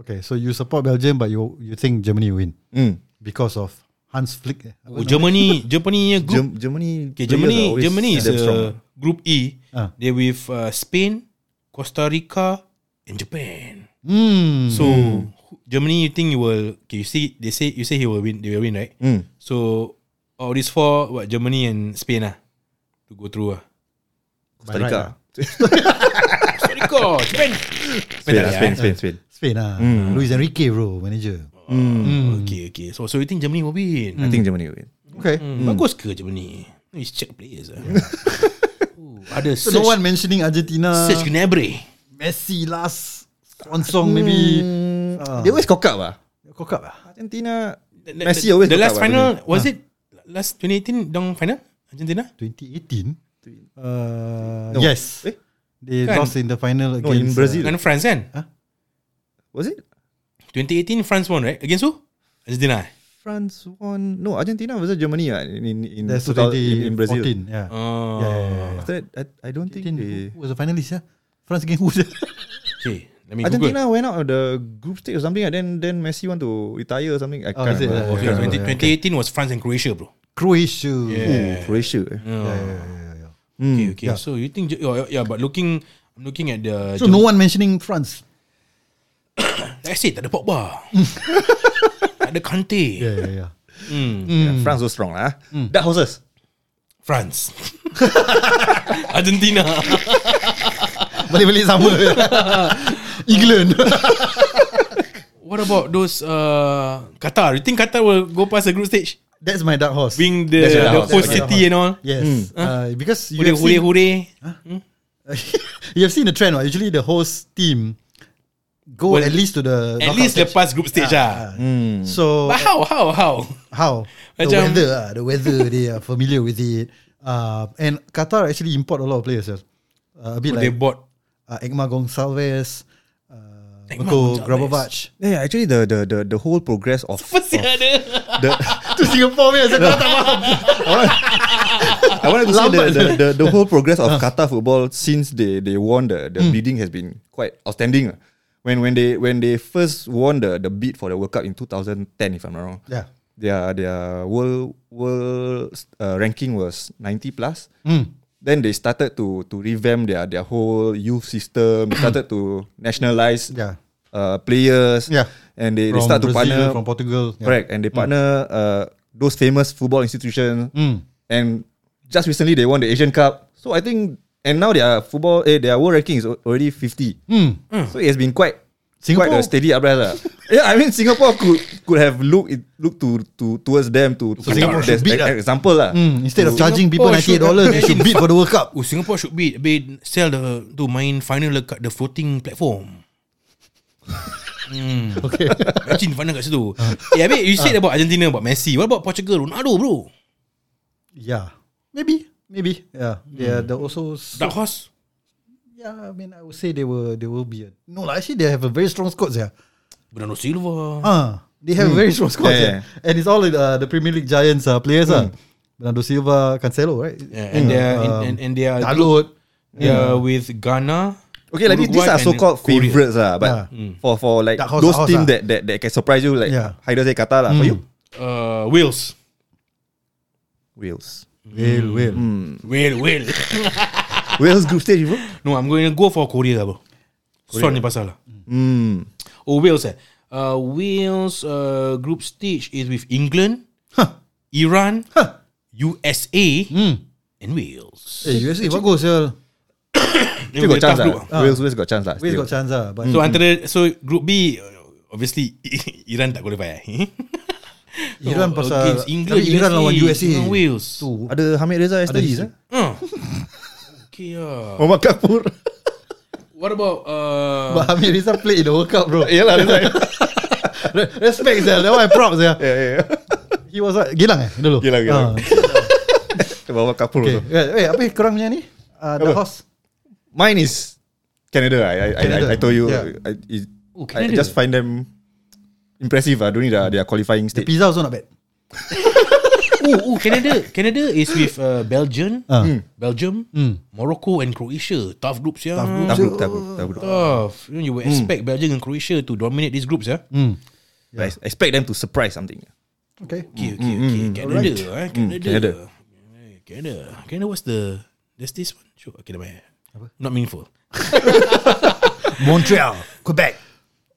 Speaker 1: okay. So you support Belgium, but you you think Germany will win
Speaker 3: Mm.
Speaker 1: because of Hans Flick. eh? Apa
Speaker 5: Oh,
Speaker 1: nama?
Speaker 5: Germany, Germany punya group.
Speaker 3: Germ- Germany,
Speaker 5: okay,
Speaker 3: players are
Speaker 5: Germany,
Speaker 3: always
Speaker 5: Germany is
Speaker 3: damn strong.
Speaker 5: uh, group E.
Speaker 1: Ah.
Speaker 5: They with uh, Spain, Costa Rica, and Japan.
Speaker 1: Hmm.
Speaker 5: So who- Germany, you think you will? Okay, you see, they say you say he will win. They will win, right?
Speaker 3: Mm.
Speaker 5: So all these four, what Germany and Spain ah, to go through ah.
Speaker 3: Costa Rica.
Speaker 1: right
Speaker 5: Costa Rica, Japan,
Speaker 3: Spain,
Speaker 5: tak ada,
Speaker 3: Spain,
Speaker 5: eh?
Speaker 3: Spain, Spain. Hmm.
Speaker 1: Spain ah.
Speaker 5: Hmm.
Speaker 1: Luis Enrique bro, manager.
Speaker 5: Uh,
Speaker 1: Hmm.
Speaker 5: Okay, okay. Hmm. So so you think Germany will win?
Speaker 3: I think Germany will win.
Speaker 1: Okay.
Speaker 5: Hmm, Bagus ke Germany? Let's check
Speaker 1: [laughs]
Speaker 5: players ah. Ooh, ada
Speaker 1: So no
Speaker 5: Serge-
Speaker 1: one uh, mentioning Argentina.
Speaker 5: Serge Gnabry.
Speaker 1: Messi last Swansong maybe
Speaker 3: They always cock up ah.
Speaker 5: Hmm.
Speaker 1: Cock up lah
Speaker 3: Argentina,
Speaker 5: The, the-
Speaker 3: Messi
Speaker 5: the-
Speaker 3: always
Speaker 5: the
Speaker 3: cock
Speaker 5: last
Speaker 3: up, I
Speaker 5: final was it last 2018 dong final Argentina?
Speaker 1: 2018 uh,
Speaker 3: No.
Speaker 1: Yes
Speaker 3: Eh?
Speaker 1: They
Speaker 5: Kan?
Speaker 1: lost in the final
Speaker 3: No, in
Speaker 1: against uh,
Speaker 3: Brazil.
Speaker 5: Dengan France kan?
Speaker 3: Was it
Speaker 5: 2018 France won right? Against who? Argentina. eh?
Speaker 3: France won? No, Argentina versus Germany ah in in in,
Speaker 1: uh, That's
Speaker 3: 2000 in, in Brazil.
Speaker 1: 2014 yeah. yeah,
Speaker 5: Oh.
Speaker 1: yeah, yeah,
Speaker 3: After that, I, I don't think
Speaker 1: Then
Speaker 3: they.
Speaker 1: Who was the finalist yeah? France against who
Speaker 3: [laughs]
Speaker 1: sia?
Speaker 5: Okay. Let me
Speaker 3: Argentina
Speaker 5: Google.
Speaker 3: went out of the group stage or something, and then then Messi want to retire or something. I
Speaker 1: Oh,
Speaker 3: can't
Speaker 1: is it?
Speaker 3: remember.
Speaker 5: Okay,
Speaker 1: Yeah, yeah,
Speaker 5: 20, 2018 was France and Croatia bro.
Speaker 1: Croatia
Speaker 5: Yeah.
Speaker 3: Ooh, Croatia. eh.
Speaker 1: Hmm,
Speaker 5: Okay, okay. So you think oh, yeah, but looking I'm looking at the
Speaker 1: So no one mentioning France
Speaker 5: I said tak ada Pogba.
Speaker 1: [laughs]
Speaker 5: tak ada Kante.
Speaker 1: Yeah yeah yeah
Speaker 3: Yeah, France was strong lah. Mm. That horses.
Speaker 5: France. [laughs] Argentina.
Speaker 1: Balik-balik sama [laughs] England [laughs]
Speaker 5: What about those uh, Qatar? You think Qatar will go past the group stage?
Speaker 1: That's my dark horse
Speaker 5: Being the,
Speaker 3: That's right,
Speaker 5: the
Speaker 3: that's
Speaker 5: host
Speaker 3: right.
Speaker 5: city and all.
Speaker 1: [laughs] Yes uh, Because
Speaker 5: Hore,
Speaker 1: UFC
Speaker 5: hore, hore.
Speaker 1: You've seen the trend, right? Usually the host team go
Speaker 5: Well,
Speaker 1: at least to the
Speaker 5: At
Speaker 1: knockout
Speaker 5: least
Speaker 1: stage.
Speaker 5: lepas group stage lah.
Speaker 3: Hmm.
Speaker 1: So
Speaker 5: But how, how, how?
Speaker 1: how the
Speaker 5: Macam-
Speaker 1: weather, ah, the weather [laughs] they are familiar with it. Uh, and Qatar actually import a lot of players. yes. Uh, a bit
Speaker 5: Oh, They
Speaker 1: like
Speaker 5: bought
Speaker 1: uh, Ekmar Gonsalves, uh,
Speaker 5: Ekmar
Speaker 1: Mirko
Speaker 5: Gonsalves.
Speaker 1: Grabovac.
Speaker 3: Yeah, yeah, actually the the the, the whole progress of
Speaker 5: Pasti ada
Speaker 3: the
Speaker 1: [laughs] to Singapore, punya, saya tak faham.
Speaker 3: [laughs] I wanted to say the,
Speaker 1: Lambat.
Speaker 3: the, the, the whole progress [laughs] of Qatar football since they they won the the bidding has been quite outstanding. ah. When when they when they first won the the bid for the World Cup in 2010, if I'm not wrong,
Speaker 1: Yeah.
Speaker 3: their their world world uh, ranking was 90 plus.
Speaker 1: Hmm.
Speaker 3: Then they started to to revamp their their whole youth system. They started to nationalize
Speaker 1: Yeah.
Speaker 3: uh, players.
Speaker 1: Yeah.
Speaker 3: and they, they
Speaker 1: From
Speaker 3: start to
Speaker 1: Brazil,
Speaker 3: partner
Speaker 1: from Portugal. yeah. Hmm.
Speaker 3: Correct. And they partner uh, those famous football institutions. And just recently they won the Asian Cup. So I think and now their football eh, their world ranking is al- already 50.
Speaker 1: Hmm,
Speaker 3: So it has been quite quite
Speaker 1: Singapore-
Speaker 3: a steady uprise. lah. [laughs] yeah, I mean Singapore could could have looked it looked to to towards them to, to
Speaker 1: Singapore should
Speaker 3: as
Speaker 1: beat lah.
Speaker 3: an example lah.
Speaker 1: Mm, instead of charging people
Speaker 5: Singapore
Speaker 1: ninety eight
Speaker 5: should-
Speaker 1: dollars, they should bid for the World Cup.
Speaker 5: Oh Singapore should be be sell the to main final dekat the floating platform. Hmm. [laughs]
Speaker 1: Okay.
Speaker 5: Imagine final kat situ. Yeah, I mean you said about Argentina about Messi. What about Portugal Ronaldo bro?
Speaker 1: [laughs] yeah. Hmm. Maybe. Maybe. Yeah. They are they're also so-
Speaker 5: Dark horse.
Speaker 1: Yeah, I mean, I would say they were they will be a, no lah. Actually, they have a very strong squad. Yeah,
Speaker 5: Bernardo Silva.
Speaker 1: ah, they have a very strong squad.
Speaker 3: Yeah,
Speaker 1: Yeah, and it's all uh, the Premier League giants uh, players. ah. Bernardo Silva, Cancelo, right? Uh,
Speaker 5: Yeah, and they are and, and, and they are
Speaker 1: Dalot.
Speaker 5: they are with Ghana.
Speaker 3: Okay, like these
Speaker 5: Uruguay
Speaker 3: are
Speaker 5: and
Speaker 3: so-called
Speaker 5: Korea.
Speaker 3: favorites lah, but
Speaker 1: Yeah.
Speaker 3: for for like
Speaker 1: Dark horse,
Speaker 3: those
Speaker 1: dark horse
Speaker 3: team
Speaker 1: lah.
Speaker 3: that, that that can surprise you, like
Speaker 1: Yeah. Hmm.
Speaker 3: Haider say Qatar lah for you.
Speaker 5: Uh, Wales.
Speaker 3: Wales,
Speaker 1: Will, will.
Speaker 5: Wales, Wales.
Speaker 3: Wales group stage, bro.
Speaker 5: no, I'm going to go for Korea lah bro. Son ni pasal lah.
Speaker 3: Hmm.
Speaker 5: Oh Wales eh. Uh, Wales uh, group stage is with England, Iran, USA, and Wales.
Speaker 1: Hey, USA bagus yeah.
Speaker 5: Still
Speaker 3: [laughs] Still got chance Hmm. lah. Wales Wales got chance lah.
Speaker 1: Wales
Speaker 3: still.
Speaker 1: got chance ah, but
Speaker 5: ah. So antara so group B uh, obviously [laughs] Iran tak qualify [laughs] eh.
Speaker 1: Iran
Speaker 5: So,
Speaker 1: pasal
Speaker 5: against England,
Speaker 1: tapi Iran lawan USA.
Speaker 5: Dengan Oh, Wales.
Speaker 1: Tu.
Speaker 3: Ada Hamid Reza Estalis
Speaker 1: Ada.
Speaker 3: eh?
Speaker 5: Ah. Okay lah.
Speaker 3: Muhammad [laughs] Kapur
Speaker 5: What about
Speaker 1: [laughs]
Speaker 5: uh,
Speaker 1: But Amir Rizal played in the World Cup, bro.
Speaker 3: Yelah that's right
Speaker 1: Respect yeah. That one props yeah.
Speaker 3: Yeah yeah yeah
Speaker 1: He was uh, Gilang eh dulu.
Speaker 3: Gilang, Gilang.
Speaker 1: Ah,
Speaker 3: Muhammad Kapur
Speaker 1: okay. [laughs] Wait, wait,
Speaker 3: okay.
Speaker 1: apa korang punya ni? Uh, the
Speaker 3: Apa?
Speaker 1: host.
Speaker 3: Mine is Canada I, I,
Speaker 1: Canada.
Speaker 3: I, I told you
Speaker 1: Yeah.
Speaker 3: I, it,
Speaker 5: Oh,
Speaker 3: I
Speaker 5: Canada.
Speaker 3: just find them Impressive ah During their, their qualifying
Speaker 1: The
Speaker 3: stage
Speaker 1: pizza also not bad.
Speaker 5: Oh, oh Canada. [laughs] Canada is with uh, Belgium,
Speaker 1: Ah. Hmm.
Speaker 5: Belgium, Morocco and Croatia. Tough groups yeah.
Speaker 1: Tough group. Hmm.
Speaker 3: Tahu tahu tahu
Speaker 5: Tough. You, know, you would expect Belgium and Croatia to dominate these groups yeah.
Speaker 3: I expect them to surprise something Uh,
Speaker 1: Okay.
Speaker 5: Okay, okay, okay. Canada, eh,
Speaker 1: Hmm,
Speaker 5: Canada. Canada.
Speaker 3: Canada.
Speaker 5: Canada. Canada, what's the... There's this one? Sure, okay, never mind. Not meaningful.
Speaker 1: Montreal, Quebec.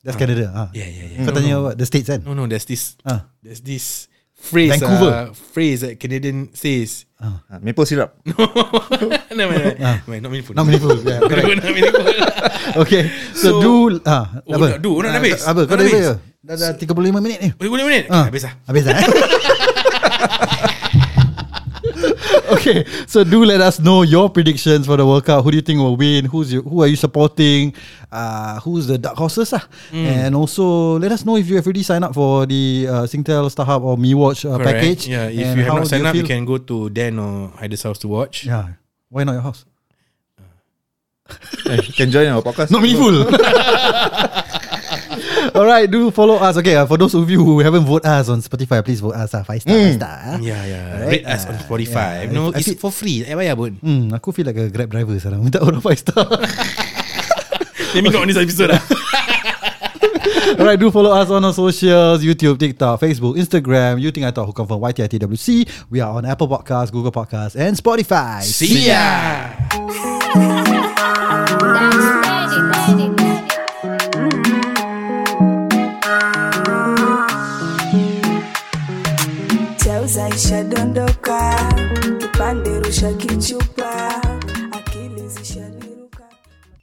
Speaker 1: That's Canada. Ah.
Speaker 5: Yeah, yeah, yeah.
Speaker 1: Kau tanya what? The States kan?
Speaker 5: No, no, there's this...
Speaker 1: Ah.
Speaker 5: There's this phrase...
Speaker 1: Vancouver.
Speaker 5: Uh, phrase that Canadian says. [laughs]
Speaker 3: ah, Maple syrup
Speaker 5: never mind, never mind. Never mind,
Speaker 1: Ah.
Speaker 5: Not meaningful.
Speaker 1: Not
Speaker 5: [laughs]
Speaker 1: meaningful. Yeah,
Speaker 5: Not
Speaker 1: correct.
Speaker 5: meaningful, not meaningful.
Speaker 1: okay. So,
Speaker 5: So-
Speaker 1: do ah,
Speaker 5: Oh, nak do, nak
Speaker 1: Ah,
Speaker 5: habis.
Speaker 1: Apa? Kau dah
Speaker 5: Nak habis.
Speaker 1: habis. ke? Dah dah 35 minit ni.
Speaker 5: Boleh, boleh, boleh. Okay,
Speaker 1: Ah.
Speaker 5: Habis lah.
Speaker 1: Habis lah. eh? [laughs] okay, so do let us know your predictions for the World Cup. Who do you think will win? Who's your, who are you supporting? Uh, who's the dark horses? Ah?
Speaker 5: Hmm.
Speaker 1: And also, let us know if you have already signed up for the uh, Singtel, Starhub or Mi Watch uh,
Speaker 5: Correct.
Speaker 1: package.
Speaker 5: Yeah, if
Speaker 1: and
Speaker 5: you
Speaker 1: how
Speaker 5: have
Speaker 1: do
Speaker 5: not signed up, you
Speaker 1: feel.
Speaker 5: can go to Dan or Hyder's house to watch.
Speaker 1: Yeah. Why not your house?
Speaker 3: Eh, Can join our podcast
Speaker 1: Not [laughs] meaningful. All right, do follow us. Okay, uh, for those of you who haven't voted us on Spotify, please vote us. Uh, five star, five star. ah.
Speaker 5: Yeah, yeah.
Speaker 1: Alright,
Speaker 5: Rate us on
Speaker 1: ah,
Speaker 5: Spotify.
Speaker 1: yeah.
Speaker 5: No,
Speaker 1: I
Speaker 5: it's
Speaker 1: feel-
Speaker 5: for free. Eh, bayar pun.
Speaker 1: Hmm, aku feel like a grab driver sekarang. Minta orang five star. [laughs]
Speaker 5: Let me go on this episode [laughs] lah.
Speaker 1: Alright, do follow us on our socials YouTube, TikTok, Facebook, Instagram. You think I thought who confirm YTITWC. We are on Apple Podcasts, Google Podcasts, and Spotify.
Speaker 5: See ya.
Speaker 4: Thank